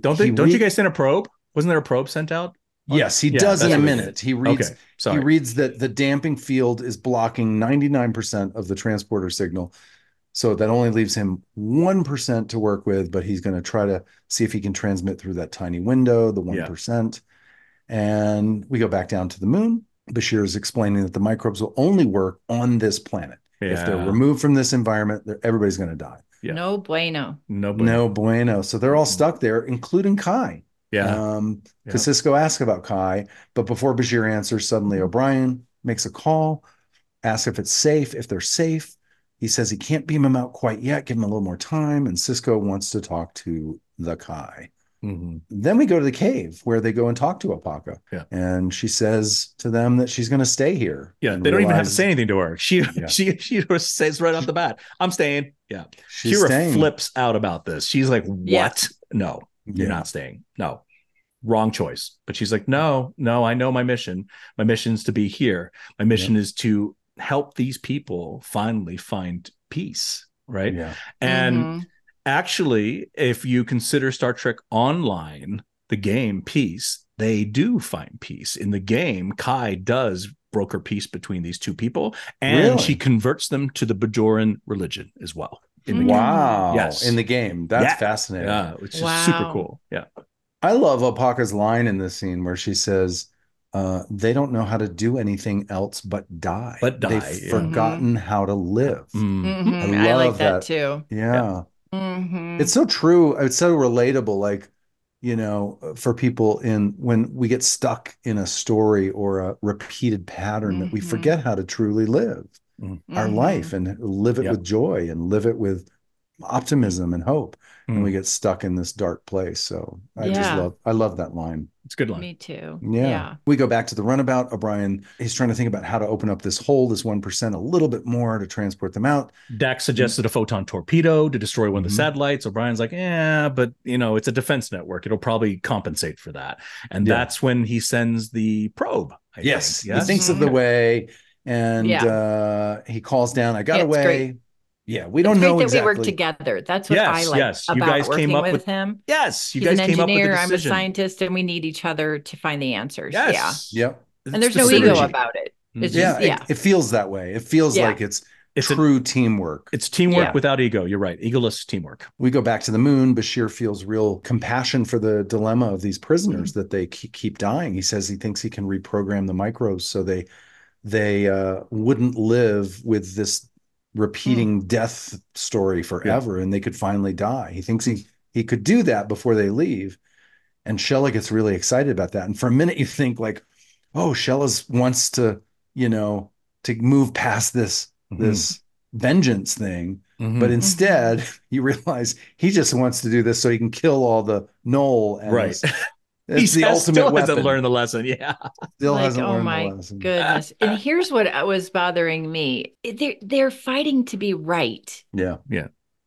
Don't they?
he
Don't
re-
you guys send a probe? Wasn't there a probe sent out?
Yes, he
Yeah,
does in
that's
a
what it
minute. He reads
okay, sorry.
he reads that the damping field is blocking 99% of the transporter signal. So that only leaves him 1% to work with, but he's going to try to see if he can transmit through that tiny window, the
Yeah.
1%. And we go back down to the moon. Bashir is explaining that the microbes will only work on this planet. If they're
Yeah.
removed from this environment, they're- everybody's going to die.
Yeah.
No bueno.
nobody.
No bueno. So they're all
Mhm.
stuck there, including Kai.
Yeah.
Um,
Yeah.
because Cisco asks about Kai, but before Bashir answers, suddenly O'Brien makes a call, asks if it's safe, if they're safe. He says he can't beam him out quite yet, give him a little more time, and Cisco wants to talk to the Kai.
Mhm.
Then we go to the cave where they go and talk to Apaka.
Yeah.
And she says to them that she's going to stay here.
Yeah. They
and
don't even have to
realizes
say anything to her. She
Yeah.
she she just says right off the bat, "I'm staying." Yeah.
she's
Kira
staying.
flips out about this. She's like, "What?
Yeah.
No." you're
Yeah.
not staying. No, wrong choice. But she's like, no, no, I know my mission. My mission's to be here. My mission is to help these people finally find peace. Right.
Yeah.
And
Mhm.
actually, if you consider Star Trek Online, the game peace, they do find peace. In the game, Kai does broker peace between these two people, and
Really?
she converts them to the Bajoran religion as well. in the game.
Wow.
Yes.
In the game. That's
Yeah.
fascinating.
Yeah, which is super
Wow.
cool. Yeah.
I love Apaka's line in this scene where she says, Uh, they don't know how to do anything else but die.
But die,
They've
yeah.
forgotten how to live.
Mm.
I
Mhm. I, like
love
that,
that.
too.
yeah.
Mhm.
It's so true. It's so relatable. Like, you know, for people in when we get stuck in a story or a repeated pattern that we
Mhm.
forget how to truly live our
Mhm.
life and live it
Yeah.
with joy and live it with optimism and hope. And
Mm-hmm.
we get stuck in this dark place. So I just
Yeah.
love, I love that line.
It's a good line.
Me too.
Yeah. We go back to the runabout. O'Brien, he's trying to think about how to open up this hole, this 1% a little bit more to transport them out.
Dax suggested a photon torpedo to destroy one of the
Mhm.
satellites. O'Brien's like, yeah, but you know, it's a defense network. It'll probably compensate for that. And
Yeah.
that's when he sends the probe. I
yes,
Think.
he thinks
Mm-hmm.
of the way and
Yeah.
uh, he calls down, I got
Yeah, it's
away.
great.
Yeah, we
It's
don't
great
know
that
exactly.
we work together. That's what I
Yes,
like
yes. You
about
guys came
working
up
with,
with-
him.
Yes, you
He's
guys
an
came up with
engineer.
the
I'm a
decision.
scientist, and we need each other to find the answers. Yeah.
Yes.
Yep. Mm-hmm.
And there's
It's
no
the
ego
synergy.
about it. It's
Mhm.
just-
Yeah, it-
yeah.
It, feels that way. It feels
Yeah.
like it's,
it's a-
true teamwork.
it's teamwork
Yeah.
without ego. You're right. Egoless teamwork.
we go back to the moon. Bashir feels real compassion for the dilemma of these prisoners that they ke- keep dying. He says he thinks he can reprogram the microbes so they they uh, wouldn't live with this repeating death story forever, and they could finally die. He thinks he he could do that before they leave. And Shella gets really excited about that. And for a minute, you think like, "Oh, Shella's wants to, you know, to move past this
Mm-hmm.
this vengeance thing." But instead, you realize he just wants to do this so he can kill all the knoll. And
Right.
it's- it's the
has-
ultimate
still
weapon.
hasn't learned the lesson. Yeah.
Still
Like,
hasn't
oh
learned
my
the lesson.
Goodness. and here's what I- was bothering me. They're they're fighting to be right.
Yeah.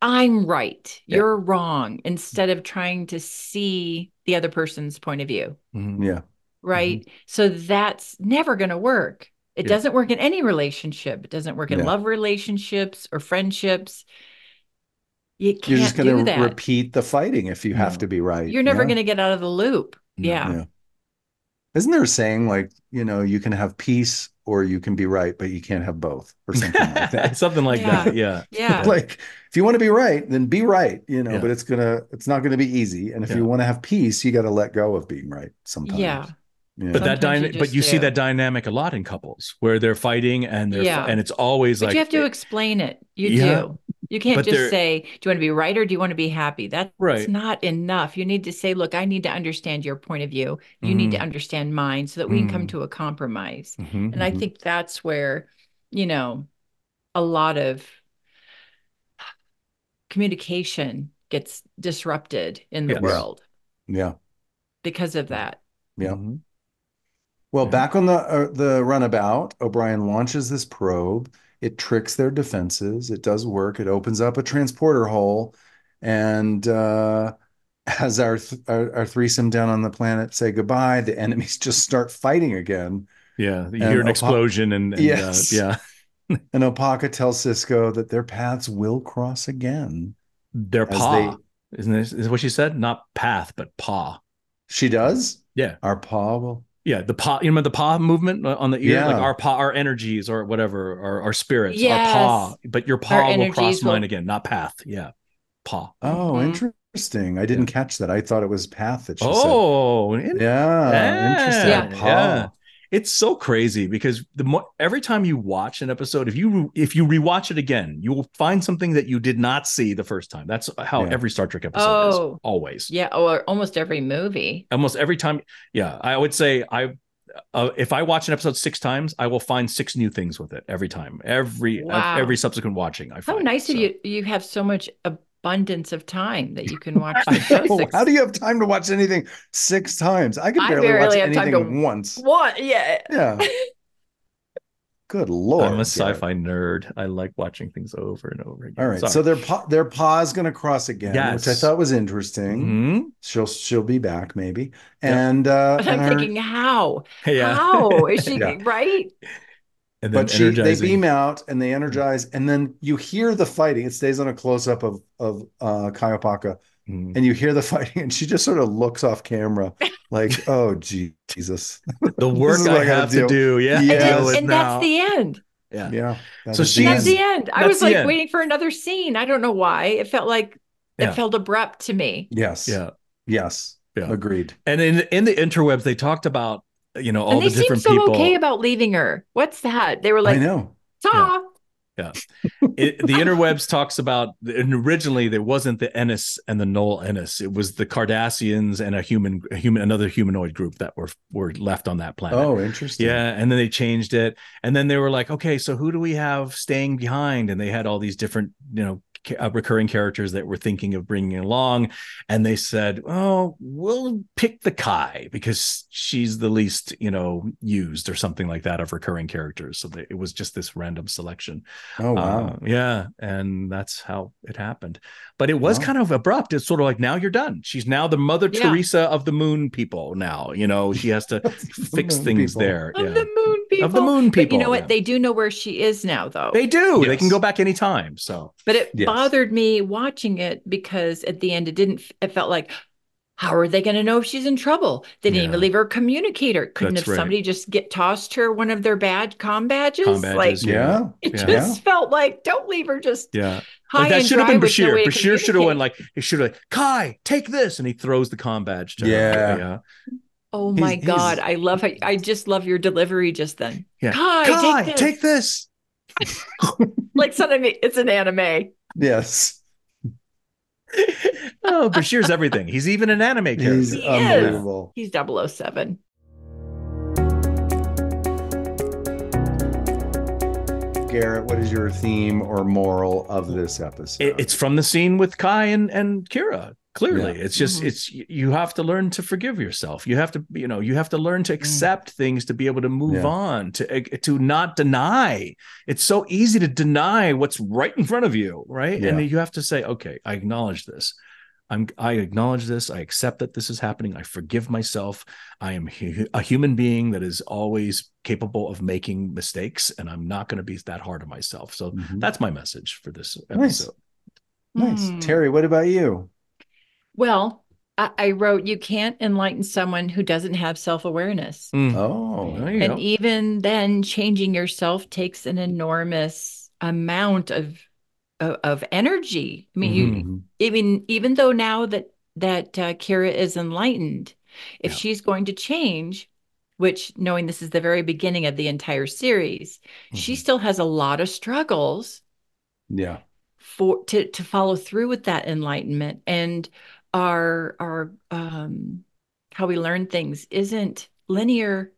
I'm right.
Yeah.
You're wrong. Instead of trying to see the other person's point of view.
Yeah.
right? So that's never going to work. It
Mm-hmm. Yeah.
doesn't work in any relationship. It doesn't work in
Yeah.
love relationships or friendships. You can't
You're just
do
going to
that.
repeat the fighting if you have
No.
to be right.
You're never
yeah?
going to get out of the loop.
No,
yeah.
yeah. Isn't there a saying like, you know, you can have peace or you can be right, but you can't have both or something like that?
Something like
Yeah.
that. Yeah.
Yeah.
like if you want to be right, then be right, you know,
Yeah.
but it's going to, it's not going to be easy. And if
Yeah.
you want to have peace, you got to let go of being right sometimes.
Yeah.
Yeah.
But that
Sometimes you
dyna- but
just
you see
do.
that dynamic a lot in couples where they're fighting and they're
Yeah.
and it's always
But
like
you have to explain it. You
Yeah.
do. You can't
But there-
just say, do you want to be right or do you want to be happy? That's
Right.
not enough. You need to say, look, I need to understand your point of view. You need to
Mhm.
understand mine so that we can come
Mhm.
to a compromise.
Mhm.
And I
Mhm.
think that's where, you know, a lot of communication gets disrupted in the
Yes.
world
Yeah.
because of that.
Yeah.
Mhm.
Well,
Yeah.
back on the uh, the runabout, O'Brien launches this probe. It tricks their defenses. It does work. It opens up a transporter hole, and uh, as our, th- our our threesome down on the planet say goodbye, the enemies just start fighting again.
Yeah, you
And
hear an
Opa-
explosion and, and
Yes.
uh, yeah,
And Opaka tells Cisco that their paths will cross again.
their
As
paw. Isn't this is what she said? Not path, but paw.
She does.
Yeah.
our paw will.
Yeah, the paw. You remember the paw movement on the ear, like
Yeah.
our paw, our energies, or whatever, our, our spirits,
Yes.
our paw. But your paw will
energies
cross
will-
mine again, not path. Yeah, paw.
Oh,
Mhm.
interesting. I didn't catch that. I thought it was path that she said.
Oh, in-
Yeah, interesting.
Yeah.
Paw.
Yeah. it's so crazy because the more every time you watch an episode, if you re- if you rewatch it again, you will find something that you did not see the first time. That's how
Yeah.
every Star Trek episode is
Oh.
always.
Yeah. Or almost every movie.
almost every time yeah i would say i uh, if i watch an episode six times i will find six new things with it every time every
Wow.
every subsequent watching i
How
find
nice
So-
of you. You have so much abundance of time that you can watch.
I
the show
Oh,
six-
how do you have time to watch anything six times? I could
I
barely, watch
barely have time
anything
to-
once.
What? Yeah.
Yeah. Good lord.
i'm a
Garrett.
sci-fi nerd i like watching things over and over again
All right.
Sorry.
So their paw, their paw's going to cross again, which I
Yes.
thought was interesting.
Mhm.
She'll she'll be back maybe.
Yeah.
And uh
But I'm
and her-
thinking, how?
yeah
How is she
Yeah.
right?
and then
but she they
energizing.
beam out and they energize and then you hear the fighting. It stays on a close up of of uh Kaiopaka
Mhm.
and you hear the fighting and she just sort of looks off camera like, "Oh Jesus."
the work
is what
i
I gotta
have to do
do.
yeah
Yeah.
And,
deal
Yes.
with
and that's
now.
the end.
yeah.
Yeah. that
So
is
she's-
That's the end. I
That's
was
the
like
end.
waiting for another scene. I don't know why. It felt like
Yeah.
it felt abrupt to me.
Yes.
yeah
Yes.
Yeah.
Agreed.
and in in the interwebs they talked about you know, all
and they
the
seem
different
so
people.
okay about leaving her. What's that? They were like,
I know.
saw.
It- the interwebs talks about and originally there wasn't the Ennis and the Noel Ennis. It was the Cardassians and a human, a human, another humanoid group that were were left on that planet.
Oh, interesting.
Yeah, and then they changed it, and then they were like, okay, so who do we have staying behind? And they had all these different, you know, ca- uh, recurring characters that were thinking of bringing along, and they said, oh, we'll pick the Kai because she's the least, you know, used or something like that of recurring characters. So they, it was just this random selection.
Oh, wow.
Uh, yeah, and that's how it happened. But it was
Wow.
kind of abrupt. It's sort of like now you're done. She's now the Mother
Yeah.
Teresa of the Moon people. Now you know she has to Uh, fix
Moon
things
people.
there
Of the moon people.
of the moon
But
people.
you know what?
yeah.
They do know where she is now, though.
They do. They
Yes.
can go back anytime. So
but it
Yes.
bothered me watching it because at the end, it didn't. It felt like, how are they going to know if she's in trouble? They didn't
Yeah.
even leave her communicator. Couldn't
That's
have
right.
somebody just get tossed her one of their badge com badges?
Com badges,
Like
Yeah.
it
Yeah.
just felt like, don't leave her just
yeah,
high
that
and
should have
dry
been
with no
Bashir.
way to
Bashir should have
communicate.
went like he should have like Kai, take this, and he throws the com badge to her.
Yeah.
yeah.
Oh my
He's-
God.
he's-
I love it. I just love your delivery just then.
Yeah.
Kai,
Kai,
take this.
take this.
Like suddenly it's an anime.
Yes.
oh, Bashir's everything. He's even an anime character.
He's
He is.
unbelievable.
He's 007.
Garrett, what is your theme or moral of this episode?
It- it's from the scene with Kai and and Kira. Clearly, it's just
Mhm.
it's you have to learn to forgive yourself. You have to you know you have to learn to accept things to be able to move
Yeah.
on to eh, to not deny. It's so easy to deny what's right in front of you, right?
Yeah.
And you have to say, okay, I acknowledge this. I'm I acknowledge this. I accept that this is happening. I forgive myself. I am hu- a human being that is always capable of making mistakes, and I'm not going to be that hard on myself. So
Mhm.
that's my message for this episode.
Nice. nice.
Hmm.
Terry, what about you?
Well, I, I wrote, you can't enlighten someone who doesn't have self awareness.
Mm.
Oh,
There you
And
go.
even then, changing yourself takes an enormous amount of of, of energy. I mean, you,
Mhm.
even even though now that that uh, Kira is enlightened, if
Yeah.
she's going to change, which knowing this is the very beginning of the entire series, she
Mm-hmm.
still has a lot of struggles
yeah.
for to to follow through with that enlightenment and our our um how we learn things isn't linear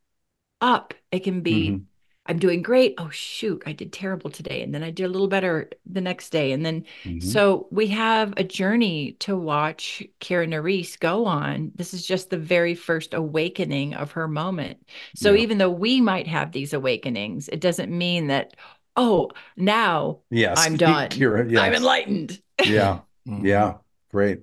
up it can be
Mhm.
i'm doing great oh shoot i did terrible today and then i did a little better the next day and then
Mhm.
so we have a journey to watch Kira Nerys go on. This is just the very first awakening of her moment. So
Yeah.
even though we might have these awakenings, it doesn't mean that, oh, now
Mm-hmm. yes.
I'm done.
Kira, yes.
I'm enlightened.
yeah.
Mm.
Yeah, great.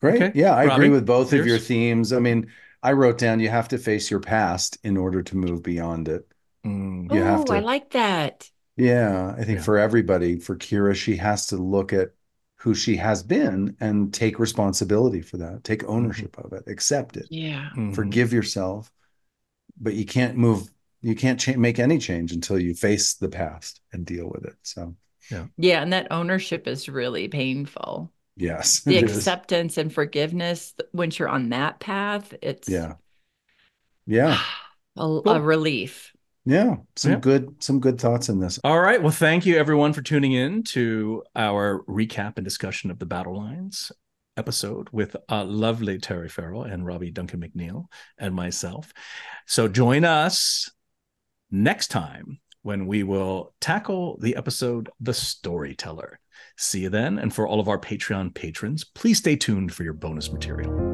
Great.
Okay.
Yeah, I agree
Robin,
with both of your
yours?
themes. I mean, I wrote down you have to face your past in order to move beyond it.
Mm.
You have
Oh, I
to-
like that.
Yeah, I think
Yeah.
for everybody, for Kira, she has to look at who she has been and take responsibility for that,
Mm-hmm.
take ownership of it, accept it,
Yeah.
Mhm.
forgive yourself. But you can't move, you can't cha- make any change until you face the past and deal with it. So,
Yeah. And that ownership is really painful.
yes,
The
it is.
acceptance and forgiveness, th- once you're on that path, it's
Yeah. Yeah.
a, a
Cool.
relief.
Yeah. Some
Yeah.
good, some good thoughts in this.
All right. Well, thank you everyone for tuning in to our recap and discussion of the Battle Lines episode with uh, lovely Terry Farrell and Robbie Duncan McNeil and myself. So join us next time when we will tackle the episode The Storyteller. See you then. And for all of our Patreon patrons, please stay tuned for your bonus material.